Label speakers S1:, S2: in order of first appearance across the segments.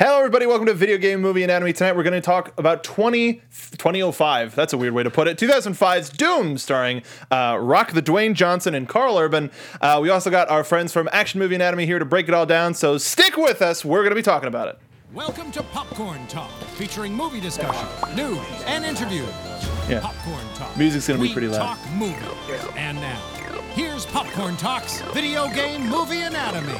S1: Hello, everybody. Welcome to Video Game Movie Anatomy. Tonight, we're going to talk about 20, 2005. That's a weird way to put it. 2005's Doom, starring uh, Rock the Dwayne Johnson and Carl Urban. Uh, we also got our friends from Action Movie Anatomy here to break it all down, so stick with us. We're going to be talking about it.
S2: Welcome to Popcorn Talk, featuring movie discussion, news, and interviews.
S1: Yeah.
S2: Popcorn Talk.
S1: Music's gonna be
S2: We
S1: pretty loud.
S2: Talk movie. And now, here's Popcorn Talk's video game movie anatomy.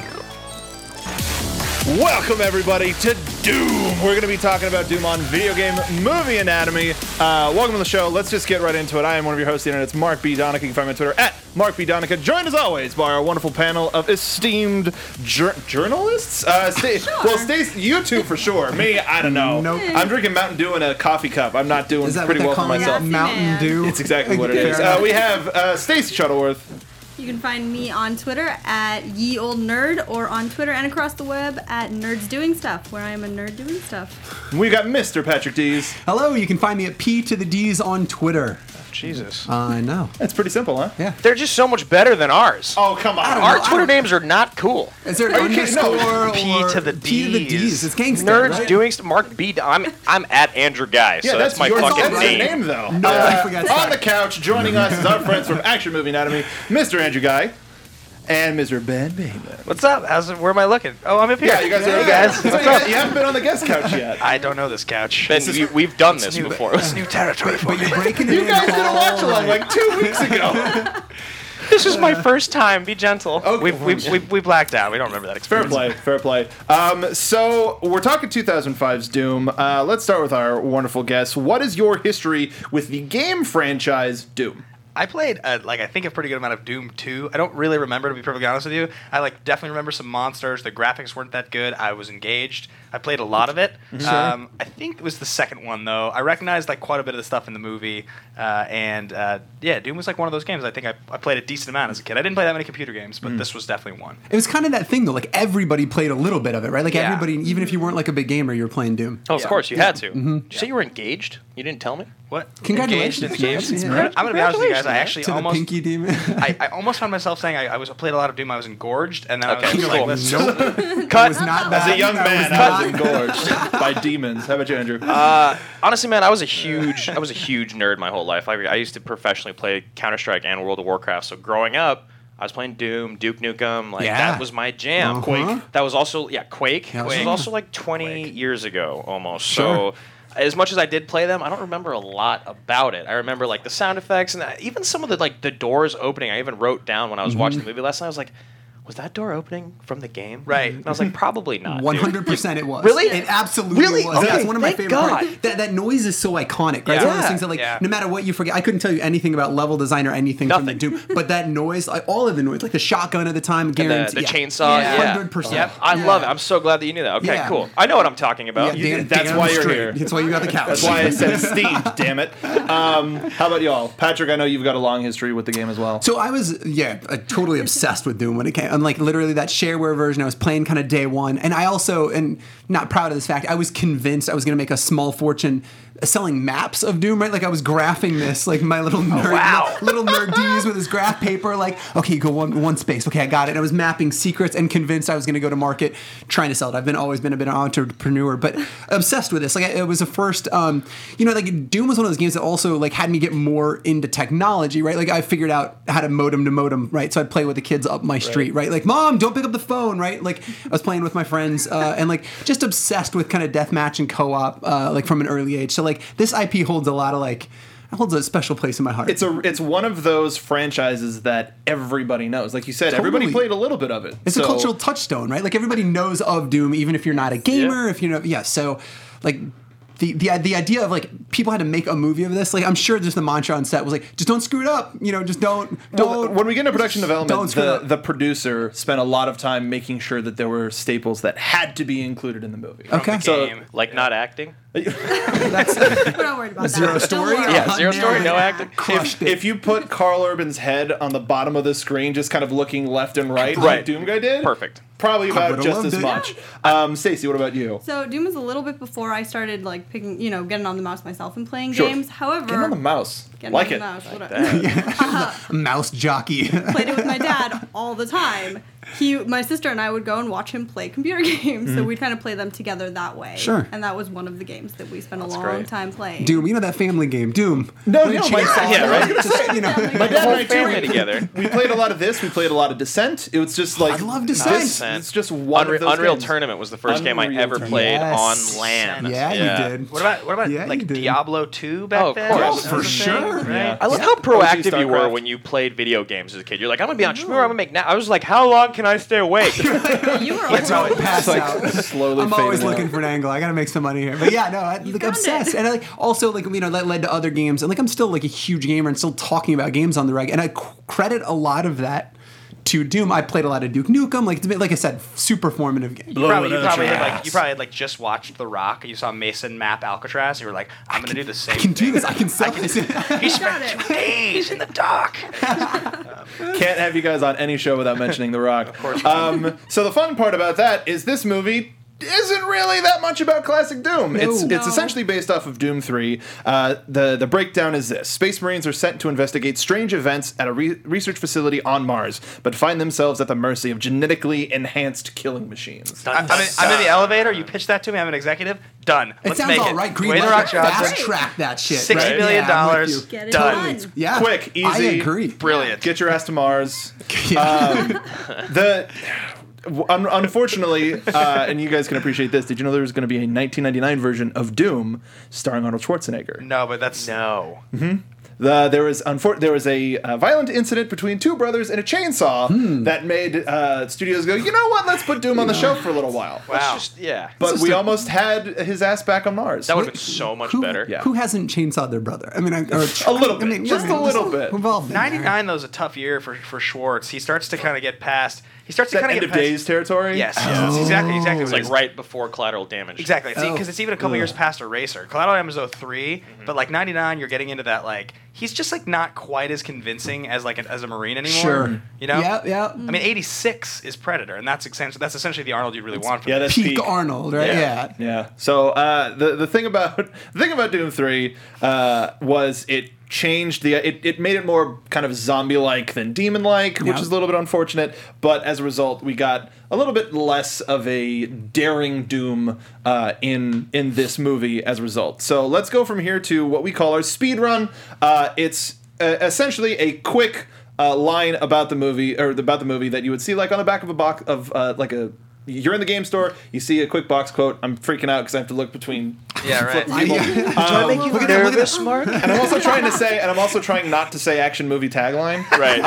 S1: Welcome, everybody, to Doom. We're going to be talking about Doom on Video Game Movie Anatomy. Uh, welcome to the show. Let's just get right into it. I am one of your hosts, and it's Mark B. Donica. You can find me on Twitter at Mark B. Donica. Joined as always by our wonderful panel of esteemed jour- journalists. Uh, sta- Well, Stacey, you two for sure. Me, I don't know.
S3: Nope.
S1: I'm drinking Mountain Dew in a coffee cup. I'm not doing
S3: Is that
S1: pretty
S3: what
S1: well
S3: they
S1: for
S3: call
S1: myself.
S3: it?
S4: Mountain
S3: Mountain
S4: Man.
S3: Dew?
S1: It's exactly what it
S3: Fair
S1: is. Uh,
S3: enough.
S1: we have uh, Stacey Shuttleworth.
S4: You can find me on Twitter at ye old nerd or on Twitter and across the web at nerds doing stuff, where I am a nerd doing stuff.
S1: We got Mr. Patrick Dees.
S3: Hello, you can find me at P to the D's on Twitter. Uh,
S5: Jesus.
S3: I know.
S1: That's pretty simple, huh?
S3: Yeah.
S5: Uh, They're just so much better than ours.
S1: Oh, come on.
S5: Our Twitter names are not cool.
S3: Is there an
S1: Are you kidding? No,
S3: underscore or
S5: P to the D's.
S3: P to the D's? It's gangster.
S5: Nerds
S3: right?
S5: doing st- Mark B. I'm I'm at Andrew Guy, so that's, my
S1: your-
S5: fucking
S1: that's your
S5: name.
S1: name, though. Uh,
S3: Nobody Oh, forgot that.
S6: Oh,
S1: on the couch, joining us is our friends from Action Movie Anatomy, Mr. Andrew Guy, and Mr. Ben Bateman.
S5: What's up? How's it, where am I looking? Oh, I'm up here.
S1: Yeah, you guys are
S5: hey guys.
S1: So you, guys- you haven't been on the guest couch yet.
S5: I don't know this couch. Ben, we, we've done this before. It's new territory for
S3: But
S5: me.
S3: you're breaking it
S1: You
S3: in
S1: guys did a
S3: all
S1: watch along like two weeks ago.
S5: This is my first time. Be gentle.
S1: Okay.
S5: We've, we've, we've, we blacked out. We don't remember that
S1: Fair
S5: experience.
S1: play, fair play. Um, so we're talking 2005's Doom. Uh, let's start with our wonderful guest. What is your history with the game franchise Doom?
S6: I played uh like I think a pretty good amount of Doom 2. I don't really remember to be perfectly honest with you. I like definitely remember some monsters. The graphics weren't that good. I was engaged. I played a lot of it.
S3: Mm-hmm.
S6: Um, I think it was the second one though. I recognized like quite a bit of the stuff in the movie, uh, and uh, yeah, Doom was like one of those games. I think I, I played a decent amount as a kid. I didn't play that many computer games, but
S3: Mm.
S6: this was definitely one.
S3: It was kind of that thing though, like everybody played a little bit of it, right? Like
S6: Yeah.
S3: everybody, even if you weren't like a big gamer, you were playing Doom.
S5: Oh, of course, you had to. Did you say you were engaged? You didn't tell me?
S6: What?
S3: Congratulations,
S6: Engaged in the games.
S3: James.
S6: I'm gonna- I'm gonna be honest with you guys. I
S5: Congratulations,
S6: actually
S3: To the
S6: almost
S3: pinky demon.
S6: I, I almost found myself saying I, I was played a lot of Doom. I was engorged, and then
S5: Okay,
S6: I was just
S5: cool.
S6: like, let's just
S3: it
S5: Cut.
S3: was not
S1: As
S3: bad.
S1: a young
S3: That
S1: man,
S3: was
S1: I was
S3: not-
S1: engorged by demons. How about you, Andrew?
S5: Honestly, man, I was a huge I was a huge nerd my whole life. I, I used to professionally play Counter Strike and World of Warcraft. So growing up, I was playing Doom, Duke Nukem. Like
S3: Yeah.
S5: that was my jam.
S3: Uh-huh. Quake.
S5: That was also yeah Quake.
S3: Yeah,
S5: This was
S3: Quake.
S5: also like 20 years ago almost.
S3: Sure.
S5: So. As much as I did play them, I don't remember a lot about it. I remember like the sound effects and that, even some of the like the doors opening. I even wrote down when I was
S3: Mm-hmm.
S5: watching the movie last night. I was like, "Was that door opening from the game?"
S6: Right.
S5: And I was like, "Probably not." Uh, dude."
S3: 100% it was.
S5: Really?
S3: It absolutely
S5: Really?
S3: was. That's
S5: Okay,
S3: one of my
S5: thank
S3: favorite
S5: God.
S3: parts. That, that noise is so iconic, right? It's one of those
S5: Yeah.
S3: things that, like,
S6: Yeah.
S3: no matter what you forget, I couldn't tell you anything about level design or anything
S5: Nothing.
S3: from the Doom, but that noise, like, all of the noise, like the shotgun at the time,
S5: the,
S3: guarantee.
S5: the chainsaw.
S3: yeah.
S5: Yeah,
S3: 100%.
S5: Yep, I
S3: Yeah.
S5: love it. I'm so glad that you knew that. Okay,
S3: Yeah.
S5: cool. I know what I'm talking about.
S3: Yeah, Dan-
S1: that's
S3: Dan
S1: why
S3: was
S1: you're
S3: straight.
S1: here.
S3: That's why you got the couch.
S1: That's why I said Steve, damn it. Um, how about y'all? Patrick, I know you've got a long history with the game as well.
S3: So I was, yeah, uh, totally obsessed with Doom when it came. I'm like literally that shareware version. I was playing kind of day one, and I also, and not proud of this fact, I was convinced I was going to make a small fortune selling maps of Doom. Right, like I was graphing this, like my little nerd,
S5: wow.
S3: little nerd D's with his graph paper. Like, okay, you go one one space. Okay, I got it. And I was mapping secrets and convinced I was going to go to market trying to sell it. I've been always been a bit of an entrepreneur, but obsessed with this. Like, it was a first, um, you know, like Doom was one of those games that also like had me get more into technology, right? Like, I figured out how to modem to modem, right? So I'd play with the kids up my street, right? Like, mom, don't pick up the phone, right? Like, I was playing with my friends uh, and like just obsessed with kind of deathmatch and co op, uh, like from an early age. So like this IP holds a lot of like. Holds a special place in my heart.
S1: It's a it's one of those franchises that everybody knows. Like you said, everybody
S3: Totally.
S1: played a little bit of it.
S3: It's a
S1: So-
S3: cultural touchstone, right? Like everybody knows of Doom, even if you're not a gamer. If you know, yeah. So, like the the the idea of like people had to make a movie of this. Like I'm sure just the mantra on set was like, just don't screw it up. You know, just don't don't.
S1: Well, when we get into production
S3: don't
S1: development,
S3: screw it
S1: the,
S3: up.
S1: the producer spent a lot of time making sure that there were staples that had to be included in the movie.
S3: okay.
S6: game.
S3: So
S5: Like not acting.
S4: We're not worried about
S3: Zero
S4: that.
S3: story?
S4: Don't worry.
S3: Yeah,
S5: Yeah, zero story, no acting.
S3: crushed it.
S1: If you put Carl Urban's head on the bottom of the screen, just kind of looking left and right, like
S5: Right.
S1: Doom Guy did,
S5: Perfect.
S1: Probably about
S3: would've
S1: just
S3: loved
S1: as
S3: it.
S1: much. Um, Stacey, what about you?
S4: So Doom was a little bit before I started like picking, you know, getting on the mouse myself and playing
S1: Sure.
S4: games. However,
S1: Get on the mouse.
S4: getting
S1: like
S4: on the
S1: it.
S4: mouse, whatever.
S3: mouse jockey.
S4: played it with my dad all the time. he, my sister and I would go and watch him play computer games. So we'd kind of play them together that way.
S3: Sure.
S4: And that was one of the games that we spent a long
S5: great.
S4: time playing.
S3: Doom, you know that family game, Doom.
S1: No,
S3: Put a
S1: no, my-
S3: chainsaw
S5: yeah,
S3: in
S5: right?
S3: it, Just, you know,
S1: My
S5: The
S1: dad and
S5: whole
S1: I too,
S5: family
S1: we-
S5: together.
S1: We played a lot of this. We played a lot of Descent. It was just like
S3: I love Descent.
S1: This,
S5: Descent.
S1: it's just one
S5: Unreal,
S1: of those
S5: Unreal
S1: games.
S5: Tournament was the first game
S1: Unreal
S5: I ever
S1: Tournament.
S5: played
S3: Yes.
S5: on land.
S3: yeah, you did.
S6: What about what about
S3: Yeah, you
S6: like
S3: did.
S6: Diablo 2 back
S5: Oh, of
S6: then?
S5: course.
S6: That
S5: Oh,
S6: was
S5: for
S6: a thing,
S3: sure.
S6: right?
S1: Yeah.
S5: I love
S1: Yeah.
S5: how
S1: OG
S5: proactive you were
S1: StarCraft.
S5: when you played video games as a kid. You're like, I'm gonna be entrepreneur. I'm gonna make now. I was like, how long can I stay awake?
S4: You were
S3: That's how
S4: always
S3: it passed
S1: It's
S3: out.
S1: like slowly.
S3: I'm always
S1: fading out.
S3: looking for an angle. I gotta make some money here. But yeah, no, I, like
S4: found
S3: obsessed,
S4: it.
S3: and I, like also like you know that led to other games, and like I'm still like a huge gamer and still talking about games on the reg, and I c- credit a lot of that to Doom. I played a lot of Duke Nukem, like it's been- like I said, super formative game.
S6: You probably, you
S1: Blowing up
S6: probably
S1: your
S6: had like you probably had like just watched The Rock and you saw Mason map Alcatraz. And you were like, I'm gonna do the same.
S3: I can do
S6: thing.
S3: this. I can sell this.
S6: He
S4: Got
S6: spent
S4: it.
S6: two days in the dark.
S1: Can't have you guys on any show without mentioning The Rock. of course. Um, so the fun part about that is this movie isn't really that much about classic Doom. It's
S3: No.
S1: it's essentially based off of Doom 3. Uh, the the breakdown is this: Space Marines are sent to investigate strange events at a re- research facility on Mars, but find themselves at the mercy of genetically enhanced killing machines.
S6: I, am in, I'm in the elevator. You pitch that to me. I'm an executive. Done.
S3: It
S6: Let's
S3: sounds
S6: make
S3: all
S6: it.
S3: right. Green
S6: Dwayne The Rock
S3: Light,
S6: Johnson.
S3: fast track that shit.
S6: Six
S3: right?
S6: million
S3: Yeah, I'm with
S6: dollars.
S3: you.
S4: Get it
S6: Done.
S4: done.
S3: Yeah,
S1: Quick, easy,
S3: I agree.
S6: Brilliant.
S1: Get your ass to Mars. Um,
S3: Yeah.
S1: the un- unfortunately, uh, and you guys can appreciate this. Did you know there was going to be a 1999 version of Doom starring Arnold Schwarzenegger?
S6: no, but that's
S5: no.
S1: The, there was unfor- there was a uh, violent incident between two brothers and a chainsaw that made uh, studios go, you know what? Let's put Doom on the shelf for a little while.
S6: Wow.
S5: It's just yeah.
S1: But
S3: just
S1: we
S3: a-
S1: almost had his ass back on Mars.
S5: that would have been so much
S3: who,
S5: better.
S1: Yeah.
S3: Who hasn't chainsawed their brother? I mean, I, or,
S1: A little
S3: I mean,
S1: bit. Just a
S3: yeah,
S1: little bit.
S3: We've all been there.
S6: 99 though is a tough year for, for Schwartz. He starts to kind of get past. He starts to
S1: that
S6: kind
S1: end
S6: get
S1: of
S6: past,
S1: days territory.
S6: Yes, yes, exactly, exactly.
S5: It's
S6: what it
S5: like
S6: is.
S5: right before collateral damage.
S6: Exactly. See,
S3: Oh.
S6: because it's even a couple years past Eraser. Collateral Damage is 3
S1: Mm-hmm.
S6: but like 99, you're getting into that, like, he's just, like, not quite as convincing as, like, an, as a Marine anymore.
S3: Sure.
S6: You know?
S3: Yeah, yeah.
S6: I mean, 86 is Predator, and that's essentially, that's essentially the Arnold you really want from
S1: Yeah,
S6: this.
S1: that's
S3: peak
S1: peak.
S3: Arnold, right?
S6: Yeah.
S3: yeah.
S1: Yeah. So uh, the the thing about the thing about Doom three uh, was it changed the it, it made it more kind of zombie like than demon like, which
S3: Yeah.
S1: is a little bit unfortunate. But as a result, we got a little bit less of a daring Doom uh, in in this movie as a result. So let's go from here to what we call our speed run. Uh, it's uh, essentially a quick. Uh, line about the movie or about the movie that you would see like on the back of a box of uh, like a you're in the game store you see a quick box quote i'm freaking out because i have to look between
S6: Yeah, right.
S1: people. Um,
S3: Oh, Look at that, look at that.
S1: and i'm also trying to say and i'm also trying not to say action movie tagline
S5: Right.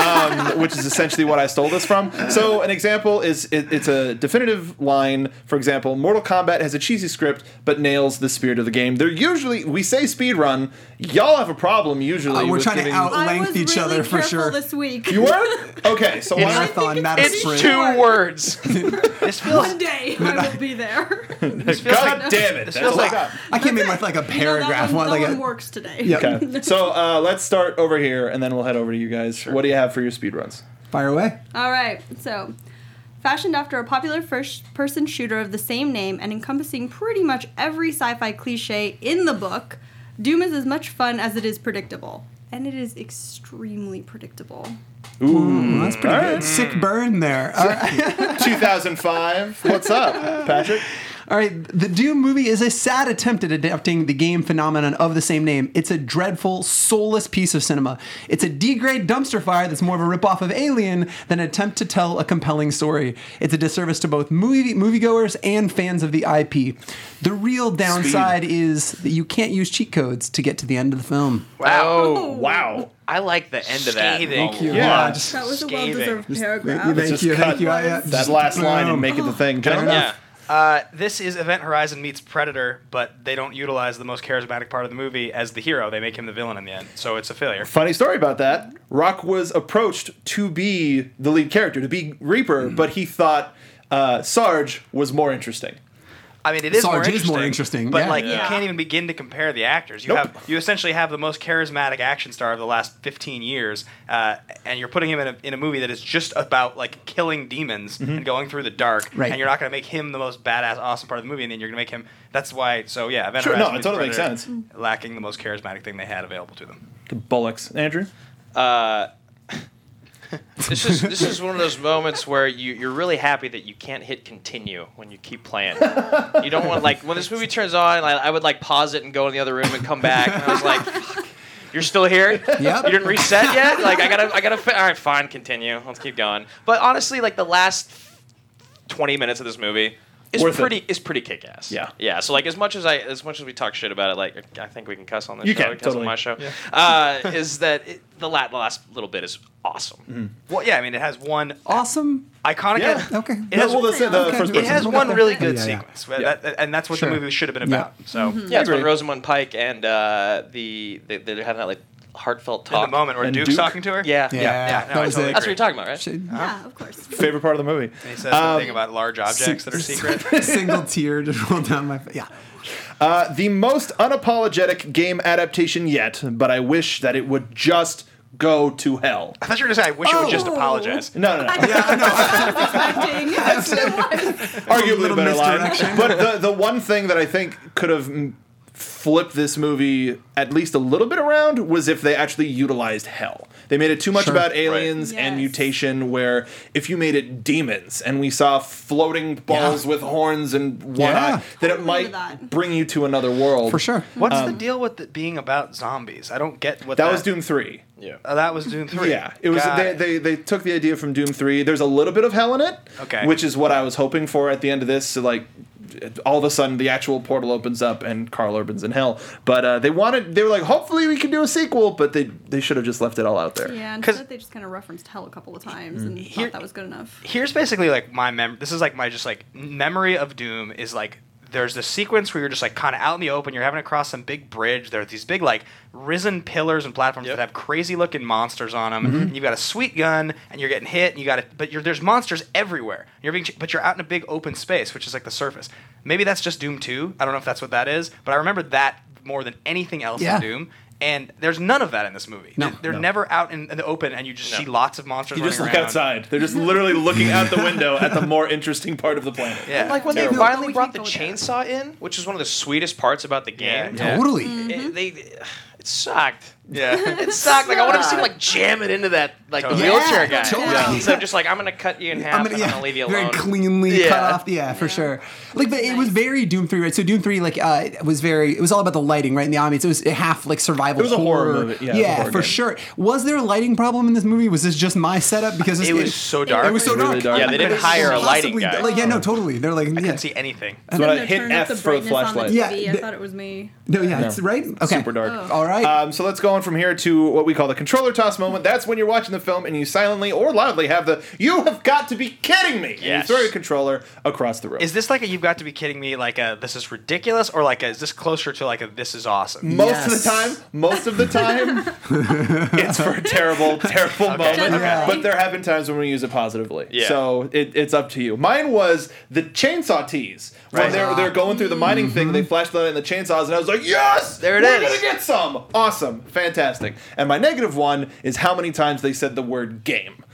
S1: um, which is essentially what i stole this from so an example is it, it's a definitive line for example mortal kombat has a cheesy script but nails the spirit of the game they're usually we say speed run y'all have a problem usually
S3: Uh, we're
S1: with
S3: trying to
S1: giving-
S3: out-
S4: I
S3: Length
S4: was
S3: each
S4: really
S3: other for
S4: careful
S3: sure.
S4: This week,
S1: you were okay so why
S4: I
S1: don't-
S4: think
S3: Marathon,
S4: it's
S3: not a
S4: pretty
S5: It's
S3: sprint.
S5: two
S4: short.
S5: words.
S6: This feels,
S4: One day I will be there.
S1: god damn it that's
S6: feels
S1: all I
S6: like-
S1: got.
S3: I can't make my like a paragraph
S4: that one,
S3: one, like uh,
S4: that
S3: a,
S4: one works today.
S1: Okay. So uh, let's start over here, and then we'll head over to you guys. What do you have for your speed runs?
S3: fire away.
S4: All right. So, fashioned after a popular first-person shooter of the same name and encompassing pretty much every sci-fi cliche in the book, Doom is as much fun as it is predictable, and it is extremely predictable.
S3: Ooh, Oh, that's pretty good. Sick burn there. Uh, All right.
S1: 2005. What's up, Patrick?
S3: All right, the Doom movie is a sad attempt at adapting the game phenomenon of the same name. It's a dreadful, soulless piece of cinema. It's a D grade dumpster fire that's more of a ripoff of Alien than an attempt to tell a compelling story. It's a disservice to both movie moviegoers and fans of the IP. The real downside is that you can't use cheat codes to get to the end of the film.
S5: Wow.
S4: Oh,
S1: Wow.
S5: I like the end of that.
S6: Scathing. Thank you.
S1: Yeah.
S4: That was a
S5: Scathing.
S4: well-deserved paragraph.
S3: Thank you,
S1: just
S3: thank you,
S1: cut
S3: thank you. I, uh,
S1: That last line and
S3: boom.
S1: make it the thing. Gentlemen,
S5: Yeah.
S6: Uh, this is Event Horizon meets Predator, but they don't utilize the most charismatic part of the movie as the hero. They make him the villain in the end, so it's a failure.
S1: Funny story about that. Rock was approached to be the lead character, to be Reaper, but he thought uh, Sarge was more interesting.
S6: I mean, it is,
S3: Sarge
S6: more,
S3: is
S6: interesting,
S3: more interesting,
S6: but
S3: yeah.
S6: like you
S5: Yeah.
S6: can't even begin to compare the actors. You
S1: Nope.
S6: have you essentially have the most charismatic action star of the last 15 years, uh, and you're putting him in a, in a movie that is just about like killing demons and going through the dark,
S3: Right.
S6: and you're not going to make him the most badass, awesome part of the movie, and then you're going to make him. That's why. So yeah, Event
S1: Sure, no,
S6: Horizon
S1: it
S6: meets
S1: totally makes
S6: Predator
S1: sense.
S6: Lacking the most charismatic thing they had available to them.
S1: The bullocks. Andrew?
S5: This is this is one of those moments where you you're really happy that you can't hit continue when you keep playing. You don't want like when this movie turns on, I, I would like pause it and go in the other room and come back, and I was like. "Fuck, You're still here.
S3: Yep.
S5: You didn't reset yet. Like I gotta, I gotta. Fi- All right, fine. Continue. Let's keep going. But honestly, like the last twenty minutes of this movie is
S1: Worth it.
S5: pretty, is pretty kick ass.
S1: Yeah.
S5: Yeah. So like as much as I, as much as we talk shit about it, like I think we can cuss on this
S1: You
S5: show.
S1: can,
S5: we cuss
S1: totally.
S5: on my show. Uh, is that it, the, la- the last little bit is awesome.
S1: Mm-hmm.
S6: Well, yeah, I mean, it has one
S3: Awesome.
S6: iconic.
S1: Yeah.
S3: Okay.
S6: It has,
S1: well, that's it, the
S3: Okay.
S1: first
S6: it
S1: person.
S6: has one really good
S3: Yeah, yeah.
S6: sequence, That- and that's what
S3: Sure.
S6: the movie should have been
S3: Yeah.
S6: about. So,
S5: Yeah, it's when
S1: agree.
S5: Rosamund Pike and uh, the they, they're having that like heartfelt
S6: in
S5: talk.
S6: the moment where
S1: And
S6: Duke's
S1: Duke.
S6: talking to her,
S5: Yeah.
S3: Yeah,
S6: yeah, no,
S3: that
S6: I
S3: was
S6: totally
S3: it.
S5: That's what you're talking about, right?
S3: Shit.
S4: Yeah, of course.
S1: Favorite part of the movie.
S6: And he says something
S1: Um,
S6: about large objects that are secret.
S3: Single tear just rolled down my face. Yeah.
S1: Uh, the most unapologetic game adaptation yet, but I wish that it would just go to hell.
S6: I thought you were going to say, I wish it would just
S4: Oh.
S6: apologize.
S1: No, no, no.
S4: Acting.
S1: arguably
S3: little
S1: a better line.
S3: misdirection.
S1: But the the one thing that I think could have mm, flipped this movie at least a little bit around was if they actually utilized hell. They made it too much
S3: Sure.
S1: about aliens
S4: Right.
S1: and
S4: Yes.
S1: mutation. Where if you made it demons and we saw floating balls
S3: Yeah.
S1: with horns and one
S3: Yeah.
S1: eye, then it
S4: Totally
S1: might
S4: that.
S1: bring you to another world
S3: For sure.
S6: What's the deal with it being about zombies? I don't get what
S1: Um, That was Doom Three.
S5: Yeah.
S3: Uh,
S6: Oh, that was Doom Three.
S1: Yeah, it was.
S6: Got
S1: They, they they took the idea from Doom Three. There's a little bit of hell in it,
S6: Okay.
S1: which is what I was hoping for at the end of this. So like, all of a sudden the actual portal opens up and Carl Urban's in hell. But uh, they wanted. They were like, hopefully we can do a sequel, but they they should have just left it all out there.
S4: Yeah, and
S6: 'Cause-
S4: instead they just kind of referenced hell a couple of times and
S6: Here-
S4: thought that was good enough.
S6: here's basically like my mem. This is like my just like memory of Doom is like there's this sequence where you're just like kind of out in the open. You're having to cross some big bridge. There's these big like risen pillars and platforms
S5: Yep.
S6: that have crazy looking monsters on them.
S1: Mm-hmm.
S6: And you've got a sweet gun and you're getting hit. And you got it, but you're, there's monsters everywhere. You're being, ch- but you're out in a big open space, which is like the surface. Maybe that's just Doom Two. I don't know if that's what that is, but I remember that more than anything else
S3: Yeah.
S6: in Doom. And there's none of that in this movie.
S3: No.
S6: They're
S1: No.
S6: never out in, in the open, and you just
S5: No.
S6: see lots of monsters.
S1: You just
S6: running
S1: look
S6: around.
S1: outside. They're just literally looking out the window at the more interesting part of the planet.
S6: Yeah.
S5: And like when
S1: Terrible.
S5: they finally
S4: No, we
S5: brought the
S4: can't go there.
S5: chainsaw in, which is one of the sweetest parts about the game.
S6: Yeah.
S3: Totally.
S5: It, they, it sucked.
S6: Yeah.
S5: It sucked. Like I wanted to see him like jam it into that like the
S6: Totally.
S5: wheelchair
S3: Yeah,
S5: guy.
S3: totally.
S5: Yeah. So just like I'm gonna cut you in half.
S3: I'm
S5: I'm
S3: gonna,
S5: gonna,
S3: yeah,
S5: I'm gonna leave you
S3: very
S5: alone.
S3: cleanly cut
S5: Yeah.
S3: off. Yeah, for
S4: Yeah.
S3: sure. Like, but it was
S4: Nice.
S3: very Doom Three, right? So Doom Three, like, uh, it was very. It was all about the lighting, right? And the ambience. It was half like survival.
S1: It was a horror movie. Yeah, it was a horror
S3: for
S1: game.
S3: sure. Was there a lighting problem in this movie? Was this just my setup? Because this,
S6: It was so dark.
S3: It was so
S1: Really
S3: dark.
S1: dark.
S5: Yeah, they didn't hire a lighting
S3: Possibly-
S5: guy.
S3: Like, yeah, no, totally. They're like,
S6: I
S3: yeah,
S6: couldn't see anything.
S1: That's what
S4: And
S1: I
S4: then
S1: hit
S4: turn up
S1: F for the
S4: brightness on
S1: flashlight.
S4: TV.
S3: Yeah,
S4: I
S3: the-
S4: thought it was me.
S3: no, yeah, it's right. Okay,
S1: Super dark.
S3: All right.
S1: Um, so let's go on from here to what we call the controller toss moment. That's when you're watching the film and you silently or loudly have the "You have got to be kidding me!" and you
S5: Yes.
S1: throw your controller across the room.
S6: Is this like a you've got to be kidding me like a this is ridiculous or like a, is this closer to like a this is awesome?
S1: most of
S3: Yes.
S1: the time, most of the time, it's for a terrible, terrible moment.
S4: okay.
S1: But there have been times when we use it positively.
S5: Yeah.
S1: So it, it's up to you. Mine was the chainsaw tease. When
S6: Right.
S1: they're, they're going through the mining thing,
S4: Mm-hmm.
S1: they flash the light and the chainsaws, and I was like, yes!
S5: There it
S1: we're
S5: is."
S1: gonna get some! Awesome. Fantastic. And my negative one is how many times they said the word game.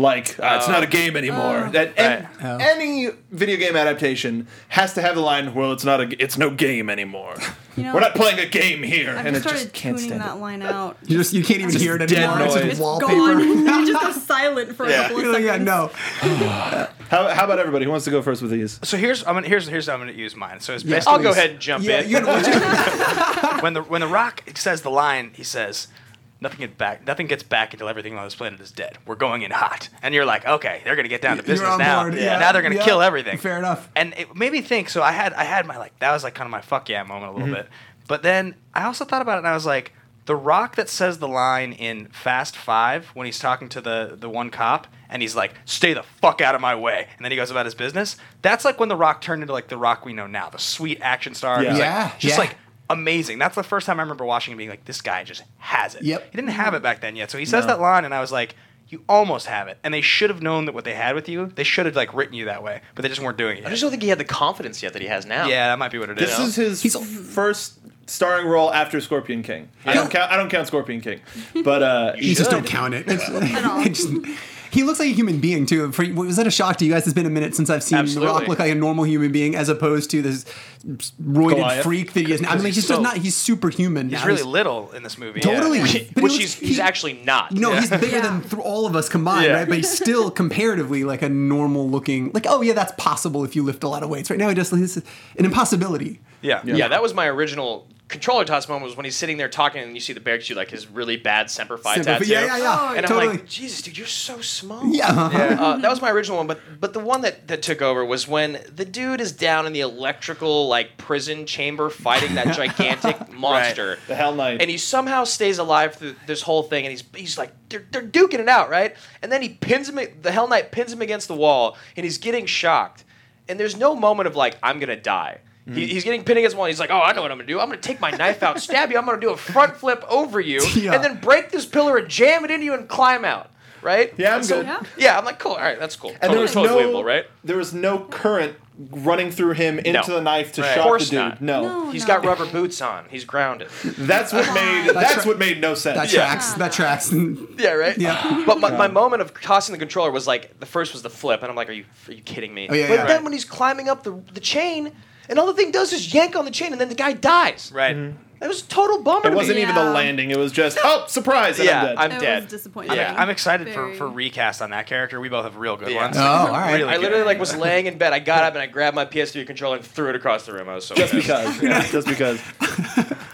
S1: Like, uh, it's
S5: Oh.
S1: not a game anymore. That and
S3: Right. Oh.
S1: Any video game adaptation has to have the line, well, it's not a, g- it's no game anymore.
S4: You know-
S1: We're not playing a game here.
S4: I've
S1: and
S4: just
S1: it
S4: started
S1: just can't
S4: tuning
S1: stand
S4: that
S1: it.
S4: line out.
S3: you just you can't even hear it
S1: dead
S3: anymore.
S1: noise.
S3: It's just
S1: It's
S3: wallpaper.
S4: Gone. you just go silent for a couple of
S3: You're like,
S4: seconds.
S3: yeah, no.
S1: How, how about everybody? Who wants to go first with these?
S6: So here's I'm gonna here's here's how I'm gonna use mine. So it's
S3: Yeah.
S6: basically
S5: I'll go ahead and jump
S3: Yeah,
S5: in.
S3: you gotta watch it.
S6: when the when the Rock says the line, he says, "Nothing gets back. Nothing gets back until everything on this planet is dead. We're going in hot." And you're like, "Okay, they're gonna get down to
S3: You're
S6: business
S3: on
S6: now.
S3: board, yeah.
S6: Yeah. Now they're gonna
S3: Yeah.
S6: kill everything."
S3: Fair enough.
S6: And it made me think. So I had I had my like that was like kind of my fuck yeah moment a
S3: Mm-hmm.
S6: little bit. But then I also thought about it and I was like, "The Rock that says the line in Fast Five when he's talking to the the one cop." And he's like, "Stay the fuck out of my way," and then he goes about his business. That's like when The Rock turned into like the Rock we know now, the sweet action star.
S1: Yeah.
S6: Just, like-
S3: Yeah,
S6: just
S3: yeah.
S6: like amazing. That's the first time I remember watching and being like, this guy just has it.
S3: Yep.
S6: He didn't have it back then yet. So he says
S1: No.
S6: that line, and I was like, you almost have it. And they should have known that what they had with you, they should have like written you that way, but they just weren't doing it.
S5: I
S6: yet.
S5: just don't think he had the confidence yet that he has now.
S6: yeah, that might be what it is.
S1: This is his first starring role after Scorpion King. I don't count. I don't count Scorpion King, but uh,
S3: You just don't count it. It's-
S4: all.
S3: it just- He looks like a human being too. For, was that a shock to you guys? It's been a minute since I've seen The Rock
S5: Absolutely.
S3: look like a normal human being, as opposed to this roided
S1: Goliath.
S3: freak that he is. now. I mean,
S6: Because
S3: he's,
S6: he's
S3: just
S6: so-
S3: not. He's superhuman.
S6: He's
S3: now.
S6: really little in this movie.
S3: Totally.
S6: Yeah.
S3: But he
S5: Which
S3: looks-
S5: he's, he's
S3: he-
S5: actually not.
S3: No, he's bigger
S4: Yeah.
S3: than th- all of us combined,
S1: Yeah.
S3: right? But he's still comparatively like a normal looking. Like, oh yeah, that's possible if you lift a lot of weights. Right now, he just this is an impossibility.
S6: Yeah.
S5: Yeah. that was my original controller toss moment was when he's sitting there talking and you see the bear do like his really bad Semper Fi
S3: Simple-
S5: tattoo.
S3: yeah, yeah, yeah.
S4: Oh,
S5: And
S3: totally.
S5: I'm like, Jesus, dude, you're so small.
S3: yeah.
S5: Uh, that was my original one, but but the one that, that took over was when the dude is down in the electrical like prison chamber fighting that gigantic monster,
S1: The Hell Knight.
S5: and he somehow stays alive through this whole thing, and he's he's like they're, they're duking it out, right? And then he pins him, the Hell Knight pins him against the wall, and he's getting shocked, and there's no moment of like I'm gonna die. He,
S1: Mm.
S5: he's getting pinned against the wall. and He's like, "Oh, I know what I'm gonna do. I'm gonna take my knife out, stab you. I'm gonna do a front flip over you,
S3: Yeah.
S5: and then break this pillar and jam it into you and climb out." Right?
S1: Yeah, I'm
S5: So-
S1: good.
S4: Yeah.
S5: yeah, I'm like, cool. All right, that's cool.
S1: and there was
S5: totally
S1: no
S5: believable, right?
S1: there was no current running through him into the knife to
S5: Right. Of
S1: shock the
S5: course
S1: dude.
S5: not.
S1: No,
S5: He's
S4: no.
S5: got rubber boots on. He's grounded.
S1: that's what made
S3: That's
S1: that's,
S3: right.
S1: what made no sense.
S3: That
S1: Yeah.
S3: tracks. That tracks.
S5: Yeah, right.
S3: Yeah.
S5: But my, my moment of tossing the controller was like the first was the flip, and I'm like, are you are you kidding me?
S3: Oh, yeah,
S5: but
S3: yeah.
S5: then
S3: Right.
S5: when he's climbing up the the chain, and all the thing does is yank on the chain, and then the guy dies.
S6: Right.
S3: Mm-hmm.
S5: It was a total bummer.
S1: It
S5: to
S1: wasn't
S5: me.
S1: even the
S4: Yeah.
S1: landing. It was just oh surprise. And
S5: Yeah,
S1: I'm dead.
S5: I'm
S4: It
S5: dead.
S4: was disappointing.
S5: Yeah.
S6: I'm excited for,
S4: Very.
S6: for recast on that character. We both have real good
S5: Yeah.
S6: ones.
S3: Oh, all right.
S6: Really
S5: I literally
S6: good.
S5: like was laying in bed. I got up and I grabbed my PS3 controller and threw it across the room. I was so
S1: just
S5: pissed.
S1: because. Yeah, just because.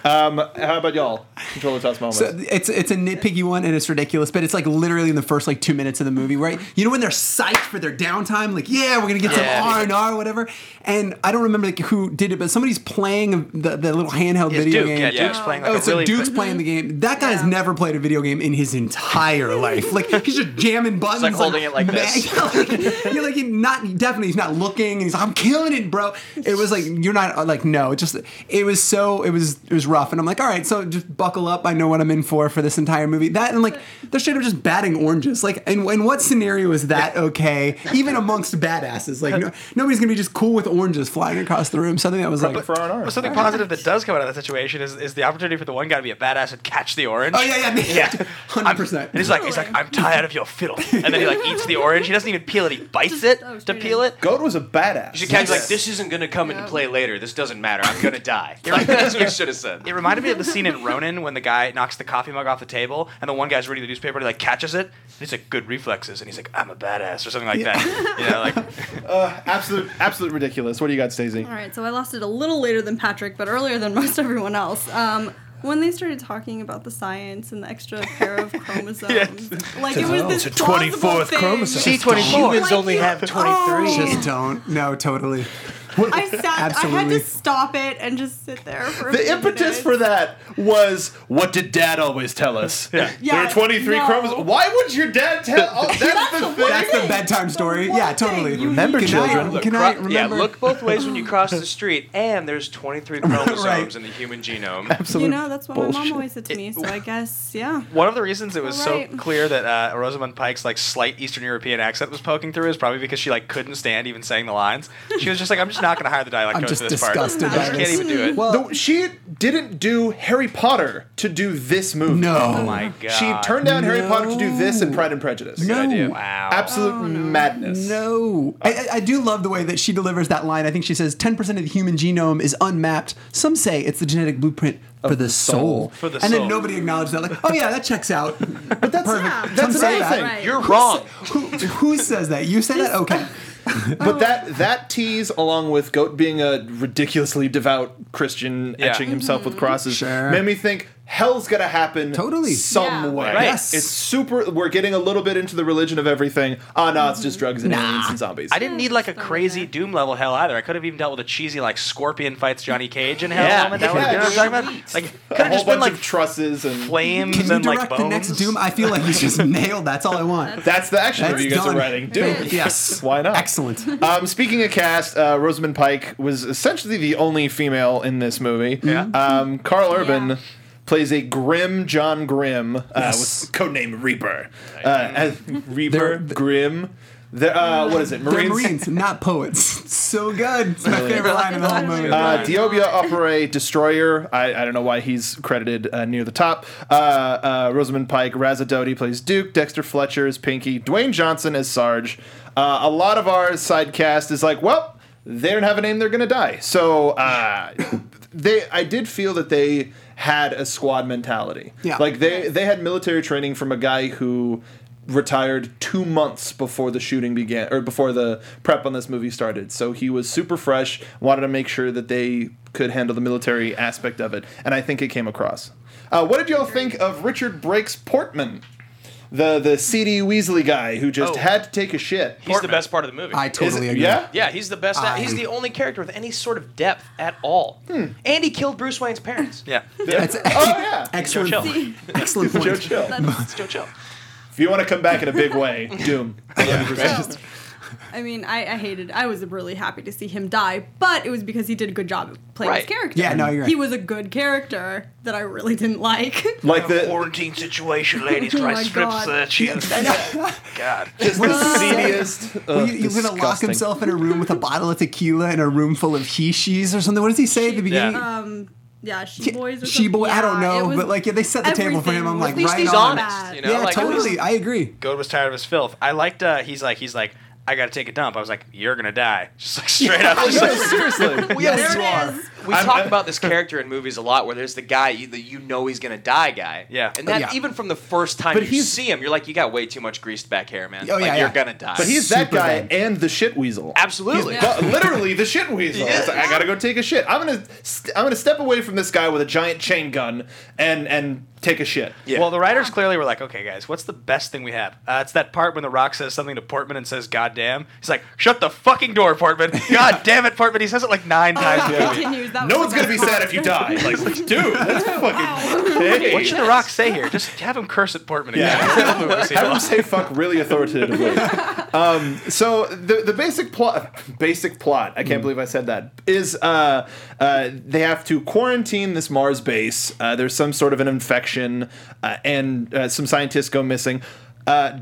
S1: Um, how about y'all? Controller toss moments.
S3: So it's it's a nitpicky one and it's ridiculous, but it's like literally in the first like two minutes of the movie, right? You know when they're psyched for their downtime, like yeah, we're gonna get
S5: Yeah.
S3: some R and R, whatever. And I don't remember like who did it, but somebody's playing the, the little handheld
S6: It's
S3: video
S6: Duke.
S3: game.
S6: Yeah, Duke's playing like
S3: oh,
S6: a
S3: so
S6: really
S3: Duke's playing the game. That guy's
S4: Yeah.
S3: never played a video game in his entire life. Like he's just jamming buttons,
S5: holding it like this.
S3: Yeah, like, you're like he not definitely he's not looking, and he's like I'm killing it, bro. It was like you're not uh, like no, it just it was so it was it was rough, and I'm like all right, so just buckle up. I know what I'm in for for this entire movie. That and like they're straight up just batting oranges. Like in, in what scenario is that okay? Even amongst badasses, like no, nobody's gonna be just cool with oranges flying across the room. Something that was like.
S1: for R&R.
S6: But something positive that does come out of that situation is, is the opportunity for the one guy to be a badass and catch the orange.
S3: Oh yeah, yeah, yeah, hundred percent.
S6: And he's like, he's like, I'm tired of your fiddle. And then he like eats the orange. He doesn't even peel it. He bites
S4: Just-
S6: it
S4: oh,
S6: to
S4: straight
S6: peel
S4: in.
S6: it.
S1: Goat was a badass.
S5: You catch
S6: Yes.
S5: like this isn't gonna come into
S4: Yeah.
S5: play later. This doesn't matter. I'm gonna die. Like, that's what you should have said.
S6: It reminded me of the scene in Ronin when the guy knocks the coffee mug off the table, and the one guy's reading the newspaper and he like catches it. And he's like, good reflexes, and he's like, I'm a badass or something like that. You know, like
S1: absolute, absolute ridiculous. What do you got, Stacey?
S4: All right, so I lost it a little later than Patrick, but earlier than most everyone else. Um, when they started talking about the science and the extra pair of chromosomes, like it was this plausible thing.
S6: C24.
S4: Like, you- Oh.
S3: Just don't. No, totally.
S4: I sat. I had
S3: Absolutely.
S4: to stop it and just sit there for. A
S1: The
S4: few
S1: impetus
S4: minutes.
S1: for that was what did Dad always tell us? Yeah.
S4: Yeah,
S1: there are 23
S4: no.
S1: chromosomes. Why would your dad tell? Oh, that's, the, thing.
S3: That's the bedtime
S4: The
S3: story.
S4: one
S3: yeah,
S4: thing
S3: totally.
S4: you Remember,
S3: can
S1: children.
S3: I,
S1: Look,
S3: can I
S5: Cro-
S3: remember?
S5: Yeah, look both ways when you cross the street, and there's 23 chromosomes
S3: Right.
S5: in the human genome.
S4: You know, that's what my
S1: bullshit.
S4: mom always said to me. So I guess, yeah.
S6: One of the reasons it was so
S4: Alright.
S6: clear that uh, Rosamund Pike's like slight Eastern European accent was poking through is probably because she like couldn't stand even saying the lines. She was just like, I'm just not going to hire the dialect
S3: I'm
S6: coach
S3: just
S6: for this part.
S3: disgusted
S6: I
S3: by
S6: just can't
S3: this.
S6: even do it.
S3: Well,
S1: Though she didn't do Harry Potter to do this movie.
S3: no.
S6: oh my god.
S1: She turned down Harry
S3: No.
S1: Potter to do this in Pride and Prejudice.
S3: No.
S6: idea. Wow.
S1: Absolute
S4: Oh,
S1: madness.
S3: No. I, I- I do love the way that she delivers that line. I think she says 10% of the human genome is unmapped. Some say it's the genetic blueprint for the soul.
S6: For the
S3: and
S6: soul.
S3: then nobody acknowledged that. Like, oh yeah, that checks out. But
S1: that's-
S3: Perfect.
S4: yeah,
S3: Some
S1: that's
S3: say
S1: another
S3: that.
S1: thing.
S4: Right.
S5: You're wrong.
S3: Who, who says that? You say that? Okay.
S1: But that that tease, along with Goat being a ridiculously devout Christian,
S6: Yeah.
S1: etching himself with crosses,
S3: Sure.
S1: made me think hell's gonna happen
S3: Totally.
S1: some
S4: Yeah.
S1: way.
S5: Right.
S3: Yes.
S1: It's super. We're getting a little bit into the religion of everything. Ah, no, it's just drugs and
S3: Nah.
S1: aliens and zombies.
S6: I didn't need like a crazy Doom level hell either. I could have even dealt with a cheesy like Scorpion fights Johnny Cage in hell
S5: Yeah.
S6: moment. That would- you know what I'm talking about? Like could
S1: a
S6: have
S1: whole
S6: just
S1: bunch
S6: been like
S1: of trusses and
S6: flames
S3: Can you
S6: and like
S3: direct
S6: bones.
S3: the next Doom? I feel like you just nailed. That's all I want.
S1: That's the action
S3: That's
S1: movie you guys
S3: done.
S1: are writing. Dude,
S3: Yes.
S1: Why not?
S3: Excellent.
S1: Um, speaking of cast, uh, Rosamund Pike was essentially the only female in this movie.
S6: Yeah.
S1: Um, Carl Urban
S4: Yeah.
S1: plays a grim John Grimm uh,
S3: Yes.
S1: with codename Reaper. Uh, as Reaper
S3: They're-
S1: Grimm. The, uh, what is it?
S3: They're
S1: Marines.
S3: Marines, not poets. So good. It's my favorite line in the whole movie.
S1: Uh, Diobia Opere Destroyer. I, I don't know why he's credited uh, near the top. Uh, uh, Rosamund Pike, Razza Doty plays Duke. Dexter Fletcher is Pinky. Dwayne Johnson is Sarge. Uh, a lot of our side cast is like, well, they don't have a name, they're going to die. So uh, they, I did feel that they had a squad mentality.
S3: Yeah.
S1: Like they, they had military training from a guy who retired two months before the shooting began or before the prep on this movie started so he was super fresh wanted to make sure that they could handle the military aspect of it and i think it came across uh, what did y'all think of richard breaks portman the the seedy weasley guy who just
S5: Oh.
S1: had to take a shit
S5: He's the best part of the movie.
S3: I
S1: Is
S3: totally
S1: it-
S3: agree.
S1: yeah
S5: yeah, he's the best.
S3: I-
S5: he's the only character with any sort of depth at all. And he killed Bruce Wayne's parents.
S6: Yeah.
S3: That's
S1: oh yeah
S3: excellent.
S5: Joe
S3: Excellent point.
S1: Joe Chill.
S5: It's Joe Chill.
S1: if you want to come back in a big way doom
S4: So, I mean, I, I hated. I was really happy to see him die, but it was because he did a good job of playing
S5: Right.
S4: his character.
S3: Yeah, no, you're
S4: He
S3: right.
S4: was a good character that I really didn't like.
S1: like the
S6: quarantine situation, ladies.
S4: Oh
S6: Try
S4: my
S6: strip
S4: God.
S6: search you. God.
S1: just the seediest
S3: Uh, Well,
S1: ugh,
S3: you, he's gonna lock
S1: disgusting.
S3: himself in a room with a bottle of tequila and a room full of he she's or something. What does he say at the beginning?
S4: yeah, she boys. Or
S3: She
S4: something.
S3: boy, I don't
S4: Yeah, it
S3: know,
S4: was-
S3: but like yeah, they set the table for him.
S4: everything
S3: I'm like,
S4: was- At
S5: least
S3: right
S5: he's
S3: on.
S5: honest, you know?
S3: yeah,
S5: Like, at
S3: totally.
S5: least-
S3: I agree.
S6: Goad was tired of his filth. I liked. Uh, he's like. He's like. I gotta take a dump. I was like, "You're gonna die," just like straight up. Just
S1: No,
S6: like,
S1: seriously
S5: We, have-
S3: Yes,
S4: There
S3: you
S4: it
S3: are.
S4: is.
S5: we
S1: I'm-
S5: talk
S1: I'm-
S5: about this character in movies a lot, where there's the guy you, the, you know he's gonna die guy.
S6: Yeah.
S5: and that
S3: Yeah.
S5: even from the first time
S1: But
S5: you
S1: he's-
S5: see him, you're like, you got way too much greased back hair, man.
S3: Oh,
S5: like,
S3: yeah,
S5: you're
S3: yeah.
S5: gonna die.
S1: But he's that
S3: Super
S1: guy
S3: bad.
S1: and the shit weasel.
S5: absolutely.
S4: Yeah.
S1: But literally the shit weasel. It's like, I gotta go take a shit. I'm gonna st- I'm gonna step away from this guy with a giant chain gun and and take a shit.
S5: Yeah.
S6: Well, the writers clearly were like, okay, guys, what's the best thing we have? Uh, it's that part when The Rock says something to Portman and says, God damn. He's like, shut the fucking door, Portman. God damn it, Portman. He says it like nine times.
S4: It continues. That
S1: No
S4: was
S1: one's gonna be sad if you die. Like, dude, that's fucking. Hey.
S6: What should The Rock say here? Just have him curse at Portman again.
S1: Yeah.
S6: We'll see.
S1: Have him say fuck really authoritatively. um, so the the basic plot, basic plot. I can't believe I said that. Is uh, uh, they have to quarantine this Mars base. Uh, there's some sort of an infection, uh, and uh, some scientists go missing. Uh,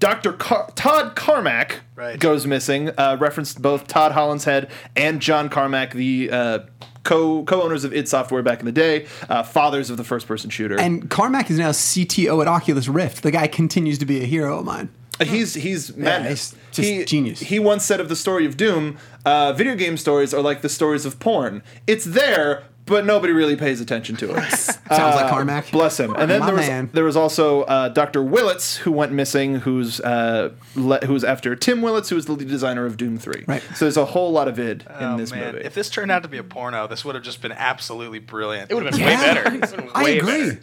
S1: Dr. Car- Todd Carmack
S6: Right.
S1: goes missing. Uh, referenced both Todd Hollinshead and John Carmack, the uh, co co owners of id Software back in the day, uh, fathers of the first person shooter.
S3: And Carmack is now CTO at Oculus Rift. The guy continues to be a hero of mine.
S1: Uh, He's he's madness.
S3: he's just
S1: he,
S3: genius.
S1: He once said of the story of Doom, uh, video game stories are like the stories of porn. It's there, but nobody really pays attention to it. Uh,
S3: Sounds like Carmack.
S1: Bless him. And then
S3: My
S1: there was
S3: man.
S1: there was also uh, Dr. Willits who went missing, who's uh, le- who's after Tim Willits, who was the lead designer of Doom Three.
S3: Right.
S1: So there's a whole lot of id in
S6: Oh,
S1: this
S6: man.
S1: movie.
S6: If this turned out to be a porno, this would have just been absolutely brilliant.
S5: It would have been
S3: Yeah.
S5: way better.
S3: I agree.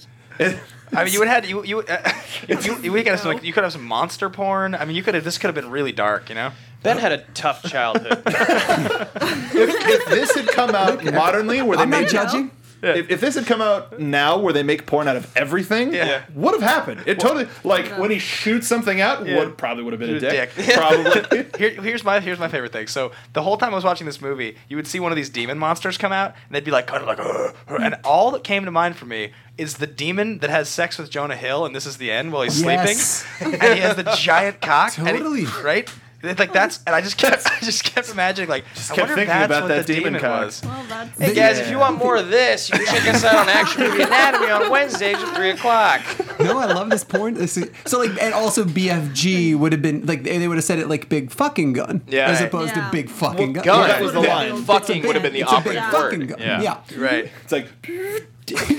S6: I mean, you would have had you you uh, you, you, you, could have some, like, you could have some monster porn. I mean, you could have this could have been really dark, you know.
S5: Ben had a tough childhood.
S1: if, if this had come out modernly, where they
S3: I'm
S1: made
S3: not judging.
S1: If, if this had come out now, where they make porn out of everything,
S6: Yeah.
S1: would have happened. It totally like when he shoots something out,
S6: Yeah.
S1: would probably would have been a
S6: Dude,
S1: dick.
S6: dick.
S1: probably.
S6: Here, here's my here's my favorite thing. So the whole time I was watching this movie, you would see one of these demon monsters come out, and they'd be like kind of like, "Ugh,"
S1: Mm.
S6: and all that came to mind for me is the demon that has sex with Jonah Hill, and this is the end while he's
S3: Yes.
S6: sleeping, and he has the giant cock. and he-
S3: Totally.
S6: right. It's Like that's, and I just kept, I just kept imagining, like, I
S1: kept
S6: wonder if
S1: thinking
S6: that's
S1: about
S6: what
S1: that
S6: the
S1: demon
S6: demon,
S1: cock.
S6: was.
S4: Well, that's.
S5: Hey guys, if
S1: Yeah.
S5: you want more of this, you can check us out on Action Movie Anatomy on Wednesdays at three o'clock.
S3: no, I love this porn. This is, so like, and also BFG would have been like they they would have said it like big fucking gun,
S5: Yeah.
S3: as opposed
S4: Yeah.
S3: to big fucking gun.
S5: gun.
S1: That was the
S4: Yeah.
S1: line.
S4: It's a
S5: Fucking
S4: big-
S5: would have been the
S4: it's
S3: It's a big
S5: operative
S3: fucking
S5: word.
S3: gun.
S6: Yeah.
S3: Yeah,
S6: Right.
S1: It's like